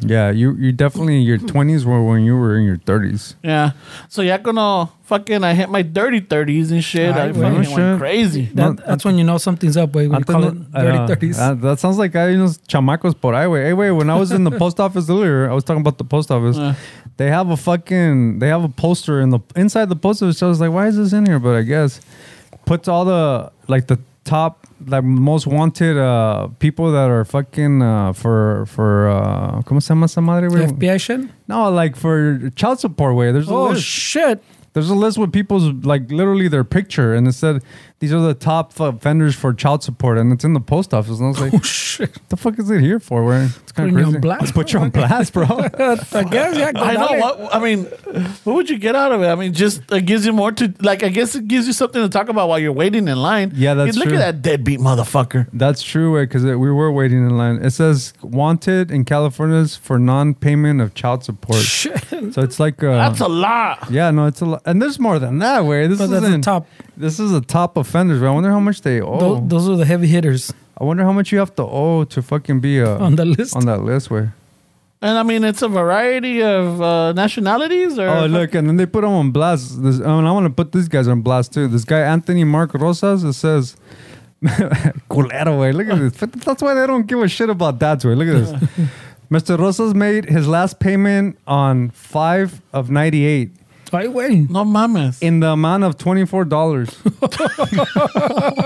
B: Yeah, you you definitely your twenties were when you were in your thirties.
C: Yeah. So yeah, gonna fucking I hit my dirty thirties and shit. I,
D: Ay, güey.
C: fucking
B: No
C: went
B: shit.
C: crazy.
D: That,
B: No,
D: that's when you know something's up, güey. When you
B: Antes
D: call
B: no-
D: it dirty
B: uh,
D: 30s.
B: uh, that sounds like hay unos chamacos por ahí, güey. Hey, güey, when I was in the post [LAUGHS] office earlier, I was talking about the post office.
D: Ah.
C: Yeah.
B: They have a fucking, they have a poster in the inside the post office. I was like, why is this in here? But I guess puts all the like the top like most wanted uh people that are fucking uh for for uh ¿cómo se llama esa madre, güey?
D: FBI shit?
B: No, like for child support, way. There's a
D: Oh,
B: list.
D: shit.
B: There's a list with people's like literally their picture, and it said these are the top f- offenders for child support, and it's in the post office. And I was like,
D: Oh, shit.
B: the fuck is it here for? Where it's kind of
D: Putting you
B: crazy.
D: on blast,
B: Let's put you
D: [LAUGHS]
B: on blast, bro.
D: Uh, I guess, yeah. go
C: I
D: dale.
C: know. What, I mean, what would you get out of it? I mean, just it gives you more to like. I guess it gives you something to talk about while you're waiting in line.
B: Yeah, that's
C: You Look
B: true. Uh-huh.
C: at that deadbeat motherfucker.
B: That's true, because we were waiting in line. It says wanted in California's for non-payment of child support.
D: Shit.
B: So it's like uh,
C: That's a lot.
B: yeah, no, it's a lot, and there's more than that. Way this
D: No,
B: is
D: that's the top.
B: This is the top offenders. Bro. I wonder how much they owe.
D: Tho- Those are the heavy hitters
B: I wonder how much you have to owe to fucking be a,
D: on the list.
B: on that list. Way.
C: And I mean, it's a variety of uh, nationalities. Or
B: Oh, look, and then they put him on blast. This, I, I want to put these guys on blast too. This guy, Anthony Mark Rosas, it says, [LAUGHS] culero, way. Look at this. But That's why they don't give a shit about dads, way. Look at this. Mr. Rosas made his last payment on 5 of 98
D: Ay, güey.
C: no mames. [LAUGHS]
B: in the amount of $24.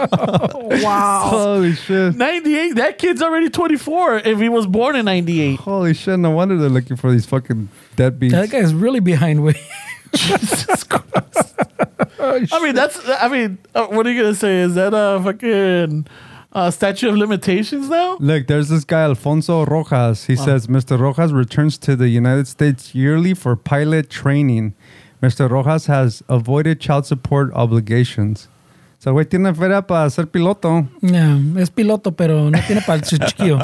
D: Wow.
B: Holy shit.
C: Ninety-eight. That kid's already twenty-four. If he was born
B: [LAUGHS]
C: in ninety-eight.
B: Holy shit. No wonder they're looking for these fucking deadbeats.
D: That guy's really behind, güey.
C: Jesus Christ. [LAUGHS]
B: Oh,
C: I mean, that's. I mean, uh, what are you gonna say? Is that a fucking uh, statute of limitations now?
B: Look, there's this guy, Alfonso Rojas.
C: Ah.
B: He says, Mr. Rojas returns to the United States yearly for pilot training. Mr. Rojas has avoided child support obligations. So, güey, tiene feria para ser piloto.
D: No, es piloto, pero no tiene para el
B: [LAUGHS]
D: su chiquillo.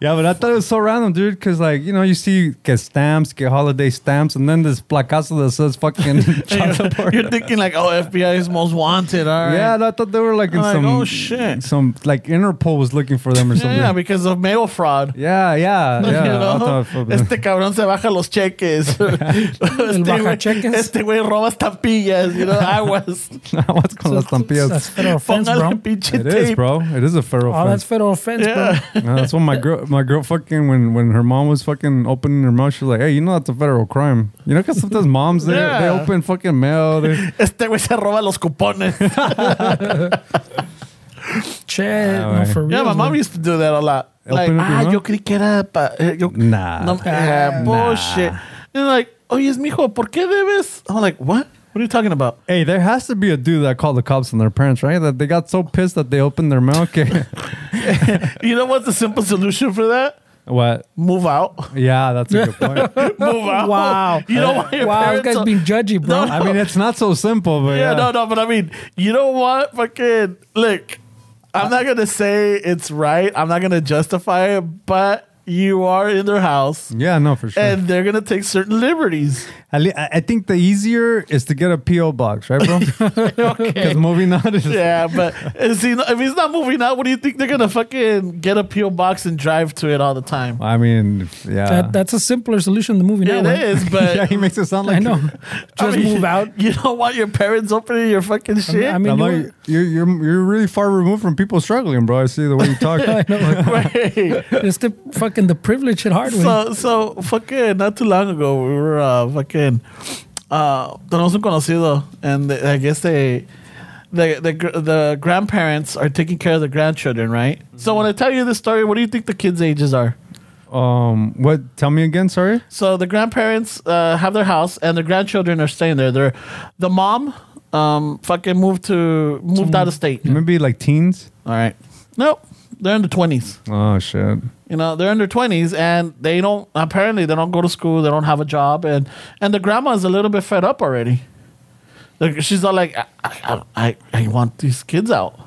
B: Yeah, but I thought it was so random, dude, because, like, you know, you see get stamps, get holiday stamps, and then this placazo that says
C: [LAUGHS]
B: fucking child support.
C: You're thinking like, oh, FBI is most wanted. All right.
B: Yeah, and I thought they were like in
C: I'm like,
B: some
C: oh, shit.
B: some like Interpol was looking for them or
C: yeah,
B: something.
C: yeah, because of mail fraud.
B: yeah, yeah, yeah.
C: [LAUGHS] You
B: I
C: know?
B: thought- [LAUGHS]
C: Este cabrón se baja los cheques. este,
D: baja
C: güey-
D: cheques.
C: este güey roba estampillas. You know, I was.
B: What's con las tampillas?
D: That's federal offense, bro.
C: Póngale pinche
B: It
C: tape.
B: is, bro. It is a federal
D: Oh, that's
B: offense.
D: federal offense, bro.
C: Yeah.
D: [LAUGHS]
B: No, that's when my girl, my girl, fucking when when her mom was fucking opening her mouth, she was like, "Hey, you know that's a federal crime." You know, because sometimes moms they they
C: Yeah.
B: open fucking mail.
D: [LAUGHS]
B: They,
C: Este güey se roba los cupones.
D: Che,
B: Ah,
D: no, for real.
C: yeah, my mom used to do that a lot.
B: Open up
C: Like,
B: your
C: ah,
B: mouth?
C: yo creí que era pa, eh, yo,
B: Nah.
C: No, yeah, bullshit. And like, oye, es mijo, ¿por qué debes? I'm like, what? What are you talking about?
B: hey, there has to be a dude that called the cops on their parents, right? That they got so pissed that they opened their mouth. [LAUGHS] Okay.
C: You know what's the simple solution for that?
B: what?
C: Move out.
B: Yeah, that's a good
C: [LAUGHS]
B: point.
C: Move out.
D: Wow.
C: You don't want your
D: Wow, this
C: parents.
D: guy's
C: to-
D: being judgy, bro.
C: [LAUGHS] No,
B: I mean, it's not so simple, but
C: yeah,
B: yeah,
C: no, no, but I mean, you don't want fucking. Look, I'm not gonna say it's right. I'm not gonna justify it, but you are in their house,
B: yeah, no, for sure.
C: and they're gonna take certain liberties.
B: At lea- I I think the easier is to get a PO box, right,
C: [LAUGHS]
B: bro? Because moving on is
C: Yeah, but is he, if he's not moving out, what do you think they're gonna fucking get a PO box and drive to it all the time?
B: I mean, yeah.
D: That, that's a simpler solution to moving
C: Yeah,
D: out,
C: it
D: güey.
C: is,
D: [LAUGHS]
B: [LAUGHS]
C: but
B: yeah, he makes it sound like
D: I know.
C: I
D: Just
C: mean, [LAUGHS]
D: move out. [LAUGHS]
C: You don't want your parents opening your fucking shit.
D: I mean,
B: I'm
D: you
C: [LAUGHS]
B: like,
D: were-
B: you're, you're you're really far removed from people struggling, bro. I see the way you [LAUGHS] talk.
C: Right.
D: it's the fucking the privilege at heart, güey.
C: so, so fucking not too long ago, we were uh, fucking uh, tenemos un conocido, and the, I guess they. The, the gr- the grandparents are taking care of the grandchildren, right? So when I tell you this story, what do you think the kids' ages are?
B: um, what? Tell me again. Sorry.
C: So the grandparents uh, have their house, and the grandchildren are staying there. They're, the mom um, fucking moved to moved out of state.
B: Maybe like teens.
C: All right, nope, they're in the twenties.
B: Oh shit.
C: You know, they're in their twenties and they don't. Apparently, they don't go to school. They don't have a job, and and the grandma is a little bit fed up already. Like she's all like, I I, I, I want these kids out.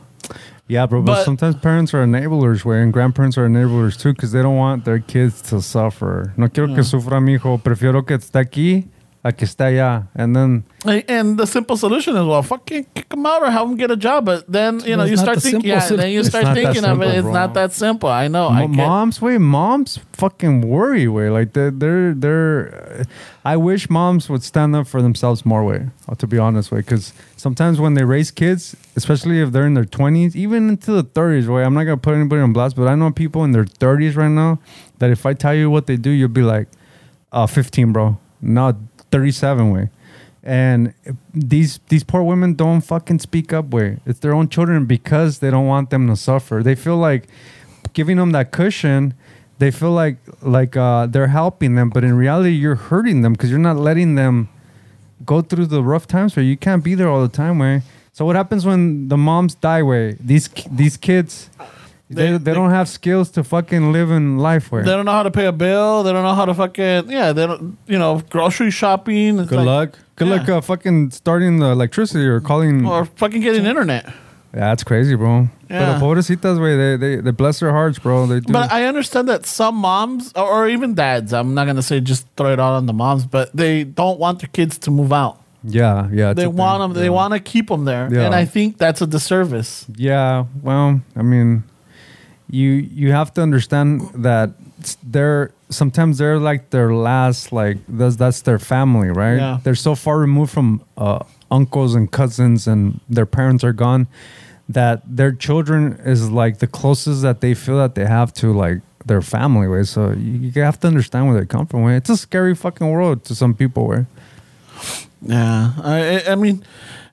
B: Yeah, bro. But,
C: But-
B: sometimes parents are enablers, way, and grandparents are enablers too, because they don't want their kids to suffer. No quiero que sufra mi hijo. Prefiero que esté aquí a que esté allá. And then
C: And- And the simple solution is well, fucking kick them out or have them get a job. But then you know
D: It's
C: you
D: not
C: start
D: the
C: thinking,
D: simple
C: yeah,
D: solu-
C: then you
B: It's
C: start
B: not that
C: thinking of
B: simple,
C: it. It's
B: bro.
C: not that simple. I know. I
B: mo-
C: get-
B: moms, wait, moms fucking worry, way. Like they're, they're, they're uh, I wish moms would stand up for themselves more, way, uh, to be honest, way, because sometimes when they raise kids, especially if they're in their 20s, even into the 30s, way, I'm not going to put anybody on blast, but I know people in their 30s right now that if I tell you what they do, you'll be like, uh, 15, bro, not 37, way. And these these poor women don't fucking speak up. Way it's their own children because they don't want them to suffer. They feel like giving them that cushion they feel like like uh, they're helping them but in reality you're hurting them because you're not letting them go through the rough times where you can't be there all the time way so what happens when the moms die way these ki- these kids they,
C: They-
B: they,
C: they-
B: don't have skills to fucking live in life way
C: They don't know how to pay a bill. They don't know how to fucking yeah. They don't you know grocery shopping. It's
B: good
C: like-
B: luck good luck
C: Yeah.
B: uh, fucking starting the electricity or calling
C: or fucking getting internet.
B: yeah, that's crazy bro
C: Yeah.
B: but pobrecitas way they, they they bless their hearts bro they do
C: But uh, I understand that some moms or, or even dads. I'm not gonna say just throw it out on the moms, but they don't want their kids to move out.
B: yeah yeah it's
C: They
B: a thing.
C: want them.
B: Yeah.
C: They want to keep them there,
B: Yeah.
C: and I think that's a disservice.
B: Yeah, well, I mean, you you have to understand that s- they're sometimes they're like their last like that's that's their family, right?
C: Yeah.
B: They're so far removed from uh, uncles and cousins, and their parents are gone that their children is like the closest that they feel that they have to like their family way. So you, you have to understand where they come from. Way. It's a scary fucking world to some people. Way.
C: Yeah, I, I- I mean,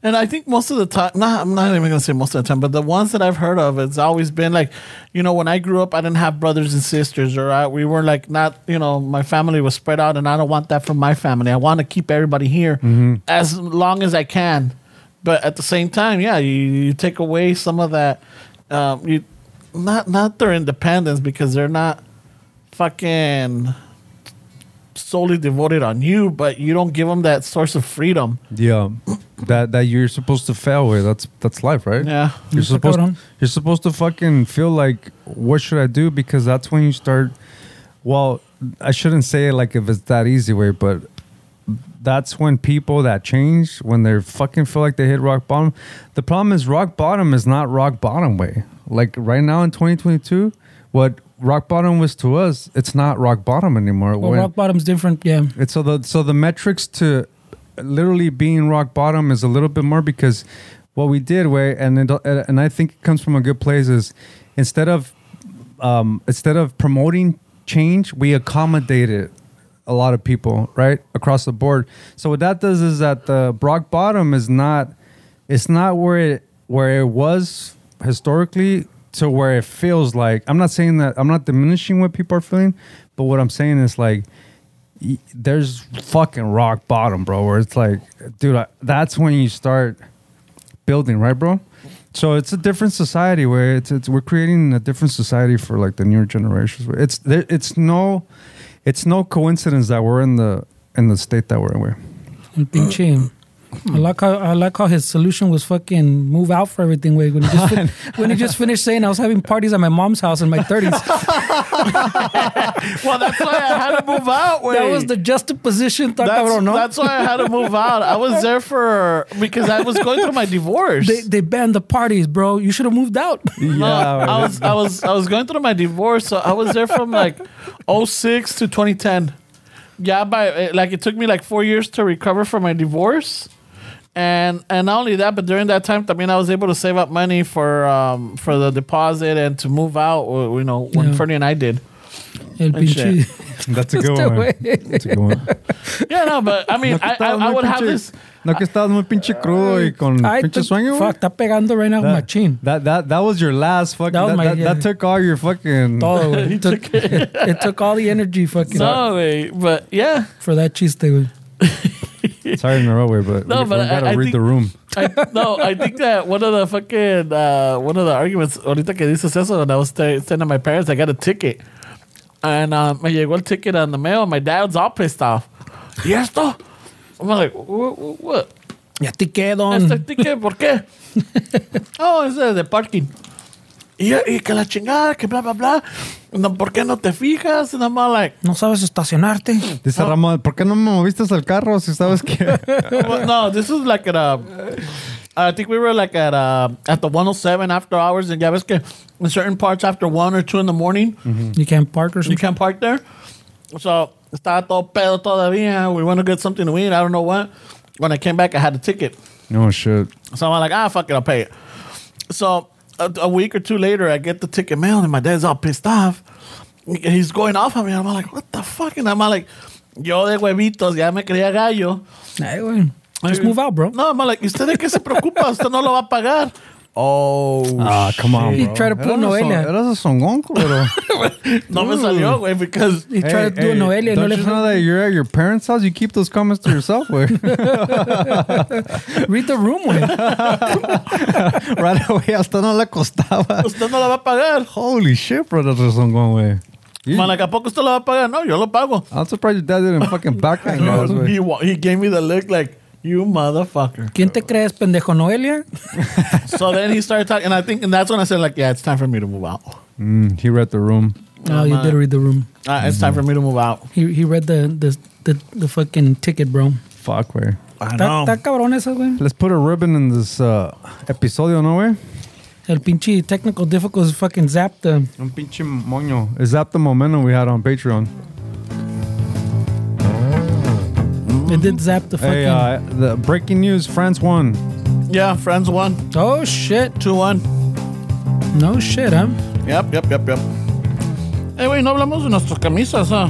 C: and I think most of the time, not, I'm not even gonna say most of the time, but the ones that I've heard of, it's always been like, you know, when I grew up, I didn't have brothers and sisters, or I, we were like not, you know, my family was spread out, and I don't want that from my family. I want to keep everybody here as long as I can, but at the same time, yeah, you, you take away some of that, um, you, not not their independence because they're not fucking solely devoted on you, but you don't give them that source of freedom.
B: Yeah, that that you're supposed to fail with. That's that's life, right?
C: Yeah.
B: You're
D: Está
B: supposed
D: cabrón.
B: you're supposed to fucking feel like what should I do because that's when you start. Well, I shouldn't say it like if it's that easy way, but that's when people that change when they fucking feel like they hit rock bottom. The problem is rock bottom is not rock bottom way. Like right now in 2022, what rock bottom was to us, it's not rock bottom anymore.
D: Well,
B: When-
D: rock bottom's different. Yeah.
B: it's so the so the metrics to literally being rock bottom is a little bit more because what we did way and it, and I think it comes from a good place is instead of um, instead of promoting change, we accommodated a lot of people right across the board. So what that does is that the rock bottom is not it's not where it where it was historically to where it feels like I'm not saying that I'm not diminishing what people are feeling, but what I'm saying is like y- there's fucking rock bottom, bro. Where it's like, dude, I, that's when you start building, right, bro? So it's a different society where it's, it's we're creating a different society for like the newer generations. Where It's there, it's no, it's no coincidence that we're in the in the state that we're in. Where
D: And pinche. I like how I like how his solution was fucking move out for everything. Way when he
B: [LAUGHS]
D: just fin- when he just finished saying I was having parties at my mom's house in my thirties.
C: Well, that's why I had to move out.
D: that
C: wey.
D: was the juxtaposition. That's,
C: That's,
D: cabrón, no?
C: that's why I had to move out. I was there for because I was going through my divorce.
D: they they banned the parties, bro. You should have moved out.
C: No,
B: Yeah,
C: I was I was I was going through my divorce, so I was there from like 06 to 2010. Yeah, by eh, like it took me like four years to recover from my divorce, and and not only that, but during that time, I mean, I was able to save up money for um for the deposit and to move out. uh, You know, when
D: Yeah.
C: Fernie and I did.
D: El pinche.
B: that's a
D: good
B: good one.
D: Este one, güey.
B: That's a good one.
C: Yeah, no, but I mean, [LAUGHS] I, I, I would have this.
B: No que estabas muy pinche crudo y con
D: Ay,
B: Mm. pinche
D: te-
B: sueño. güey.
D: fuck, está pegando right now with my chin.
B: [LAUGHS] That that that was your last fucking.
D: That
B: That,
D: was
B: that,
D: my-
B: that,
D: yeah.
B: took all your fucking.
D: Todo, güey. Oh, it, took, [LAUGHS] it, took all the energy fucking
C: No, wait, but yeah,
D: for that chiste, güey.
B: Sorry to interrupt, way, but
C: No,
B: we,
C: but
B: we gotta
C: I- I
B: read
C: think-
B: the room.
C: I, no, I think that one of the fucking uh, one of the arguments ahorita que dices eso, when I was sta- staying at my parents, I got a ticket, and uh, me llegó el ticket on the mail. My dad's all pissed off. ¿Y esto? I'm like, what? what?
D: Y a ti qué, don.
C: ¿Este ticket por qué? [LAUGHS] oh, es de- de parking. Y, y que la chingada, que bla, bla, bla. No, ¿Por qué no te fijas? And I'm all like,
D: No sabes estacionarte.
B: Dice Ramón, ¿por qué no me moviste hasta el carro si sabes que
C: Well, no, this was like at uh, I think we were like at uh, at the 107 after hours, and yeah, ves que in certain parts after one or two in the morning,
D: You can't park or
C: you
D: something.
C: can't park there. So estaba todo pedo todavía. We want to get something to eat. I don't know what. When I came back, I had a ticket,
B: [LAUGHS] No shit.
C: so I'm like, ah, fuck it, I'll pay it. So a, a week or two later, I get the ticket mail, and my dad's all pissed off. He's going off on me. I'm like, what the fuck? And I'm like, yo de huevitos, ya me creía gallo.
D: Ay, güey. Just
C: Ay,
D: move
C: [LAUGHS]
D: out, bro.
C: No, I'm like, ¿y usted de qué se preocupa? Usted no lo va a pagar. Oh,
B: Ah, come on,
D: He
B: bro.
D: tried to pull
B: Eras a
D: Noelia.
B: son- Eras a songón, [LAUGHS] pero.
C: no me salió, güey, because
D: He tried to do a Noelia. No
B: Don't
D: le
B: you know
D: fue.
B: that you're at your parents' house? You keep those comments to yourself, güey. [LAUGHS]
D: Read the room, güey.
B: right away, hasta no le costaba.
C: usted no lo va a pagar.
B: Holy shit, bro, that's a songón, güey. You-
C: Man, like, ¿a poco usted lo va a pagar? No, yo lo pago.
B: I'm surprised your dad didn't fucking [LAUGHS] backhand your ass, güey.
C: He, wa- he gave me the look like, you motherfucker.
D: ¿Quién te crees, pendejo, Noelia?
C: so then he started talking, and I think, and that's when I said, like, yeah, it's time for me to move out.
B: Mm, he read the room.
D: No, you Oh, did read the room.
C: Uh, it's time for me to move out.
D: He, he read the, the, the, the fucking ticket, bro.
B: Fuck, güey.
C: I
D: Está
C: know.
D: está cabrón eso, güey.
B: Let's put a ribbon in this uh, episodio, ¿no, güey?
D: El pinche technical difficulties fucking zapped the
B: Un pinche moño. Is that the momentum we had on Patreon?
D: It did zap the fucking.
B: Hey, uh, the breaking news: France won.
C: yeah, friends won,
D: oh shit!
C: two one.
D: No shit, huh?
C: Yep, yep, yep, yep. Eh, güey, no hablamos de nuestras camisas, ¿ah?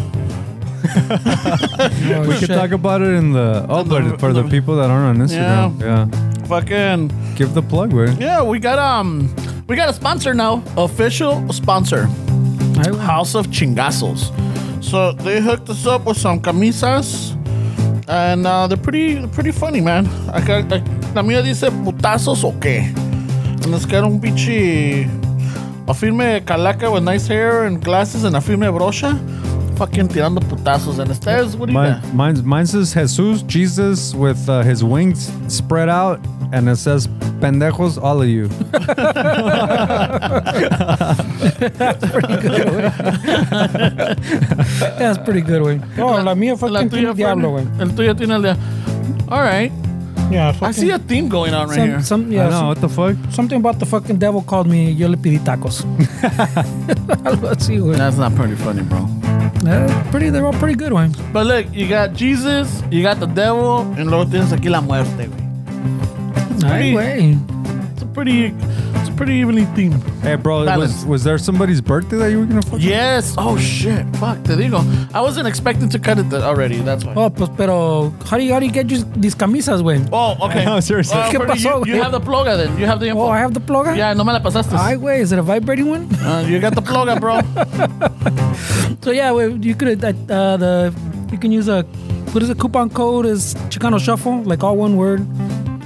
D: Oh,
B: We can
D: shit.
B: talk about it in the oh,
C: The-
B: but for the
C: the-
B: people that aren't on Instagram. Yeah,
C: Fucking.
B: give the plug, güey.
C: Yeah, we got um, we got a sponsor now, official sponsor.
D: Ay, güey.
C: House of Chingazos. So they hooked us up with some camisas, and uh, they're pretty they're pretty funny, man. Acá, ac- la mía dice putazos o qué. And it's got un pinche a firme calaca with nice hair and glasses and a firme brocha, fucking tirando putazos. And ustedes, what do you
B: Mine,
C: got?
B: mine's, mine says Jesus, Jesus with uh, his wings spread out, and it says "pendejos, all of [LAUGHS] you."
D: That's pretty good, güey. Oh, la mía
C: La tuya,
D: fucking tiene diablo,
C: Fernie.
D: güey.
C: El tuyo tiene el diablo. All right,
D: Yeah,
C: I see a theme going on right
D: some,
C: here.
D: some,
B: I
D: yeah,
B: know
D: some,
B: what the fuck.
D: something about the fucking devil called me. Yo le
B: [LAUGHS]
D: pedí tacos. Algo así, güey.
C: That's not pretty funny, bro.
D: Yeah, pretty, they're all pretty good, güey.
C: But look, you got Jesus, you got the devil, and luego tienes aquí la muerte, güey. Pretty.
D: Ay, güey.
C: It's a pretty, it's a pretty evenly themed.
B: Hey, bro, was,
C: Balance.
B: was there somebody's birthday that you were gonna fuck?
C: Yes. Oh shit. Fuck. There you go. I wasn't expecting to cut it th- already. That's why.
D: Oh, pues, pero how do you how do you get you these camisas, güey?
C: Oh, okay.
B: No, seriously.
C: Well,
D: ¿Qué
C: Bernie,
D: pasó,
C: you,
D: güey?
C: you have the ploga then. You have the info.
D: Oh, I have the ploga.
C: Yeah, no me la pasaste.
D: Ay, güey, is it a vibrating one? [LAUGHS]
C: Uh, you got the ploga, bro.
D: So yeah, we, you could uh, uh, the you can use a what is the coupon code is Chicano Shuffle like all one word.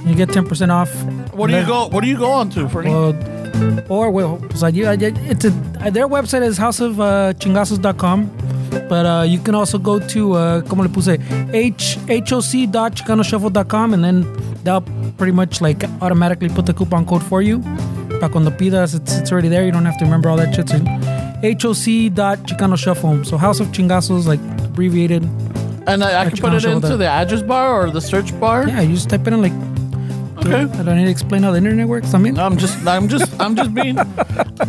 D: You get ten percent off.
C: What do you go? What do you go on to, Fernie?
D: Uh, or well, it's like you, I did- it's a, uh, their website is houseofchingasos.com, uh, chingasos.com, but uh, you can also go to uh, como le puse h hoc.chicanoshuffle.com and then that'll pretty much like automatically put the coupon code for you. Pa cuando pidas, it's, it's already there. You don't have to remember all that shit. So hoc.chicanoshuffle. So House of Chingasos, like abbreviated.
C: and I, I
D: What
C: can
D: you
C: put
D: gonna
C: it
D: show
C: into
D: them?
C: the address bar or the search bar.
D: Yeah, you just type it in like.
C: Okay.
D: I don't need to explain how the internet works. I mean,
C: I'm just, I'm just, I'm just
D: [LAUGHS]
C: being,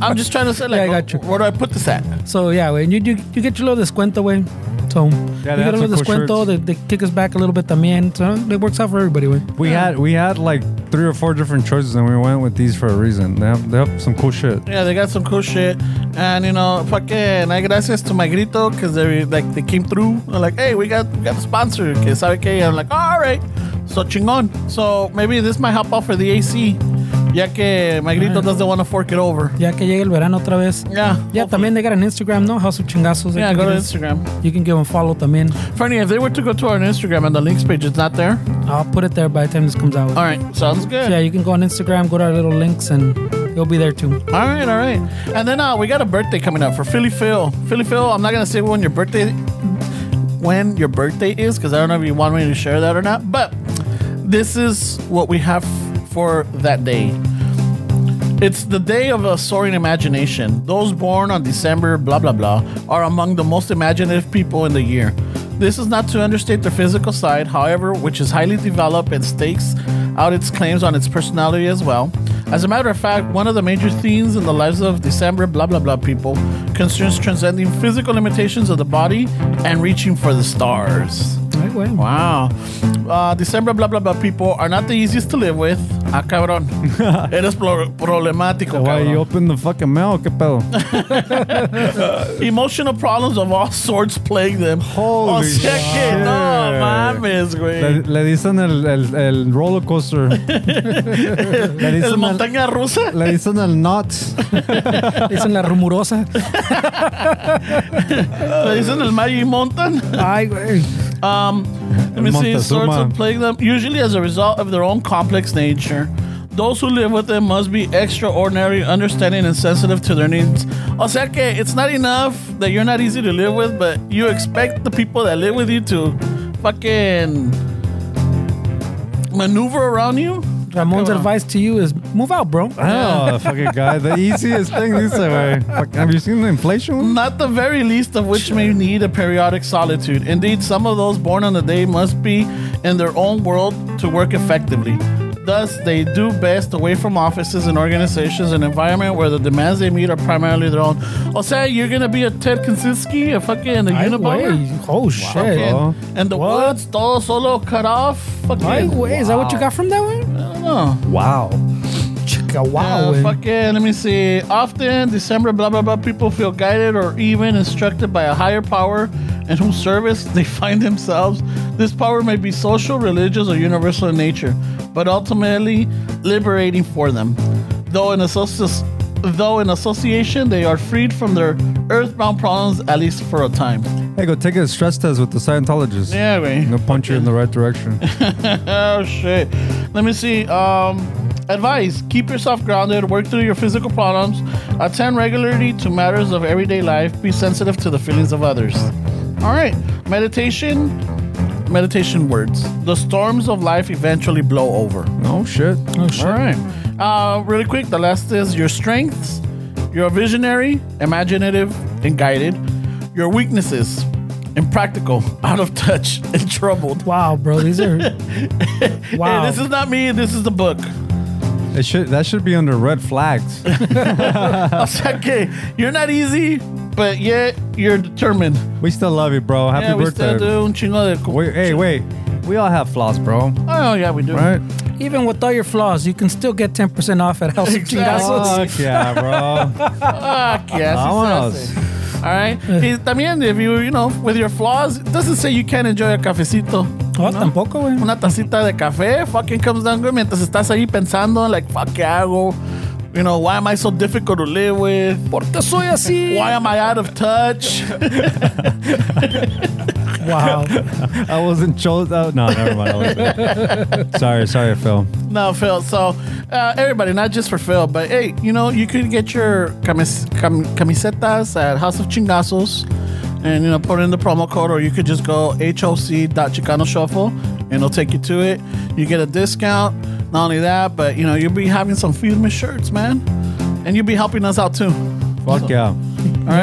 C: I'm just trying to say like,
D: Yeah, I got you.
C: where do I put this at?
D: So yeah, wey, you, you you get your little descuento, way. So
B: Yeah,
D: you
B: they
D: get
B: have
D: a little
B: some cool shirts.
D: descuento. They, they kick us back a little bit también. So it works out for everybody, way.
B: We had we had like three or four different choices, and we went with these for a reason. They have, they have some cool shit.
C: Yeah, they got some cool shit, and you know, fucking, I gracias to my grito because they like they came through. They're like, hey, we got we got a sponsor. Que sabe que? I'm like, all right, so chingon. So maybe this might help out for the AC, ya que my grito doesn't want to fork it over.
D: Ya que llegue el verano otra vez.
C: Yeah,
D: Yeah,
C: hopefully.
D: también they got an Instagram, no? House of Chingazos. They
C: Yeah,
D: can
C: go to
D: get us-
C: Instagram.
D: You can give them follow también.
C: Fernie, if they were to go to our Instagram and the links page is not there,
D: I'll put it there by the time this comes out.
C: All right, sounds good.
D: Yeah, you can go on Instagram, go to our little links, and it'll be there too.
C: All right, all right. And then uh, we got a birthday coming up for Philly Phil. Philly Phil, I'm not gonna say when your birthday when your birthday is because I don't know if you want me to share that or not. But this is what we have for that day. It's the day of a soaring imagination. Those born on December, blah, blah, blah, are among the most imaginative people in the year. This is not to understate their physical side, however, which is highly developed and stakes out its claims on its personality as well. As a matter of fact, one of the major themes in the lives of December, blah, blah, blah people concerns transcending physical limitations of the body and reaching for the stars.
D: Right, well,
C: Wow. Uh, December, blah, blah, blah people are not the easiest to live with. Ah,
B: [LAUGHS]
C: cabrón. Eres pro- problemático,
B: Why you
C: cabrón.
B: open the fucking mail, ¿Qué pedo?
C: Emotional problems of all sorts plague them.
B: Holy
C: o sea que
B: shit.
C: no mames,
B: Le,
C: güey.
B: le dicen el, el, el roller
C: [LAUGHS]
B: coaster. le,
C: El
B: dicen el,
C: montaña rusa.
B: le dicen el nuts.
D: [LAUGHS] dicen la rumorosa.
C: Le dicen el Magic Mountain.
D: Ay, güey.
C: Um, let me see. Sorts
B: Montezuma.
C: of plague them, usually as a result of their own complex nature. Those who live with them must be extraordinary, understanding, and sensitive to their needs. O sea que it's not enough that you're not easy to live with, but you expect the people that live with you to fucking maneuver around you.
D: Ramon's
C: Cabrón.
D: advice to you is move out, bro.
C: Ah,
B: Oh, the fucking guy. The easiest thing, dice, güey. Fuck, Have you seen the inflation?
C: Not the very least of which may need a periodic solitude. Indeed, some of those born on the day must be in their own world to work effectively. Thus, they do best away from offices and organizations, an environment where the demands they meet are primarily their own. O sea, you're gonna be a Ted Kaczynski, a fucking a
D: Ay,
C: Unabomber.
D: güey. Oh, shit.
C: Fucking
B: Oh.
C: in the
D: What?
C: woods, todo solo cut off.
D: Ay,
C: Fucking,
D: güey. Is that what you got from that one?
C: I don't know.
B: Wow.
D: Chica,
C: Uh,
D: wow, güey.
C: fucking, let me see. Often, December, blah, blah, blah, people feel guided or even instructed by a higher power in whose service they [LAUGHS] find themselves. This power may be social, religious, or universal in nature, but ultimately liberating for them. Though in, associ- though in association, they are freed from their earthbound problems, at least for a time.
B: Hey, go take a stress test with the Scientologist.
C: Yeah, we.
B: They'll punch you in the right
C: [LAUGHS]
B: direction.
C: Oh shit. Let me see. Um advice. Keep yourself grounded, work through your physical problems, attend regularly to matters of everyday life, be sensitive to the feelings of others. All right. Meditation meditation words. The storms of life eventually blow over.
B: oh, shit.
D: Oh, shit.
C: All right. Uh, really quick, the last is your strengths. You're a visionary, imaginative, and guided. Your weaknesses, impractical, [LAUGHS] out of touch, and troubled.
D: Wow, bro.
C: [LAUGHS]
D: These are.
C: Hey,
D: Wow.
C: this is not me. This is the book.
B: It should, that should be under red flags.
C: I was like, okay, you're not easy, but yet you're determined.
B: we still love you, bro. Happy
C: yeah, we
B: birthday.
C: still do un chingo de. cu-
B: Wait, hey, wait. We all have flaws, bro.
C: Oh yeah, we do.
B: Right?
D: Even with all your flaws, you can still get 10% off at House of
C: Exactly.
D: Chingazos.
B: Fuck yeah, bro.
C: Fuck yes.
B: Vámonos.
C: All right. Y también, if you you know, with your flaws, it doesn't say you can't enjoy a cafecito.
D: Oh,
C: No.
D: tampoco, güey.
C: [LAUGHS] Una tacita de café fucking comes down good mientras estás ahí pensando, like, fuck, ¿qué hago? You know, why am I so difficult to live with?
D: ¿Por qué soy así?
C: Why am I out of touch?
D: Wow.
B: I wasn't chosen. Oh, no, never mind. I
C: [LAUGHS]
B: wasn't. sorry, sorry, Phil.
C: No, Phil. So, uh, everybody, not just for Phil, but hey, you know, you could get your camis- cam- camisetas at House of Chingazos and, you know, put in the promo code, or you could just go HOC.Chicano Shuffle and it'll take you to it. You get a discount. Not only that, but, you know, you'll be having some Fusma shirts, man. And you'll be helping us out too.
B: Fuck yeah.
C: All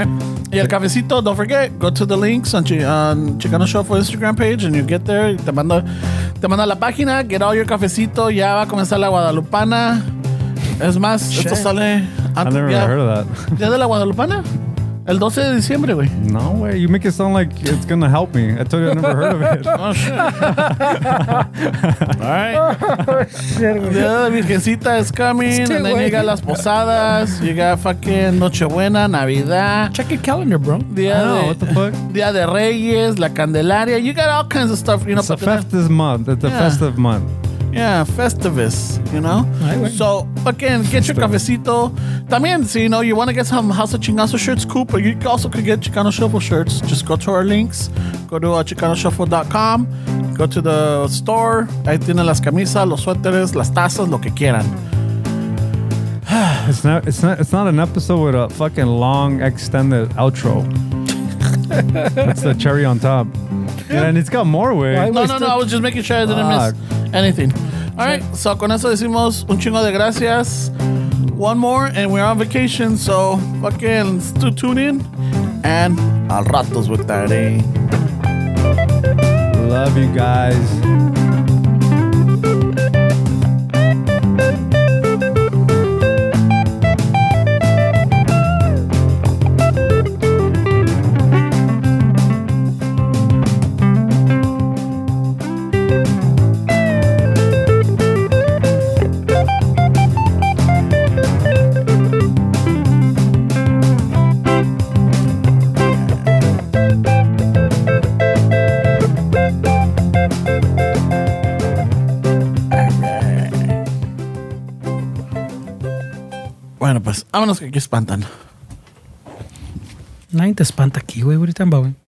C: right. Y el cafecito, don't forget, go to the links on, Chi- on Chicano Shuffle Instagram page and you get there. y Te manda, te manda la página, get all your cafecito. Ya va a comenzar la Guadalupana. Es más, esto
B: I
C: sale antes
B: never
C: ya,
B: heard of that. [LAUGHS]
C: ¿Ya de la Guadalupana? El 12 de diciembre, güey.
B: No way. You make it sound like it's going to help me. I told you I never heard
C: [LAUGHS]
B: of it.
C: Oh, shit. all right.
B: Oh,
C: Día de Virgencita is coming.
D: Este
C: and then
D: güey.
C: llega las posadas. Llega fucking Nochebuena, Navidad.
D: Check your calendar, bro.
C: Día
B: I know,
C: de-
B: Ah, what the fuck?
C: Dia de Reyes, La Candelaria. You got all kinds of stuff, you know.
B: It's a
C: but then-
B: festive month. It's a
C: Yeah.
B: festive month.
C: yeah, Festivus, you know.
D: Ay, güey.
C: So fucking get your cafecito. También, so you know, you want to get some House of Chingazo shirts, cool. But you also could get Chicano Shuffle shirts. Just go to our links. Go to uh, chicanoshuffle.com. Go to the store. Ahí tienen las camisas, los suéteres, las tazas, lo que quieran.
B: It's not. It's not. It's not an episode with a fucking long extended outro. That's the cherry on top. Yeah, and it's got more way.
D: Why-
C: No, no, no. I was just making sure I didn't
B: Ah.
C: miss anything. All right. So con eso decimos un chingo de gracias. One more, and we're on vacation. So fucking do tune in. And al ratos with that. eh?
B: Love you guys.
C: Bueno, pues vámonos que aquí espantan.
D: Nadie te espanta aquí, güey. What are you talking about, güey?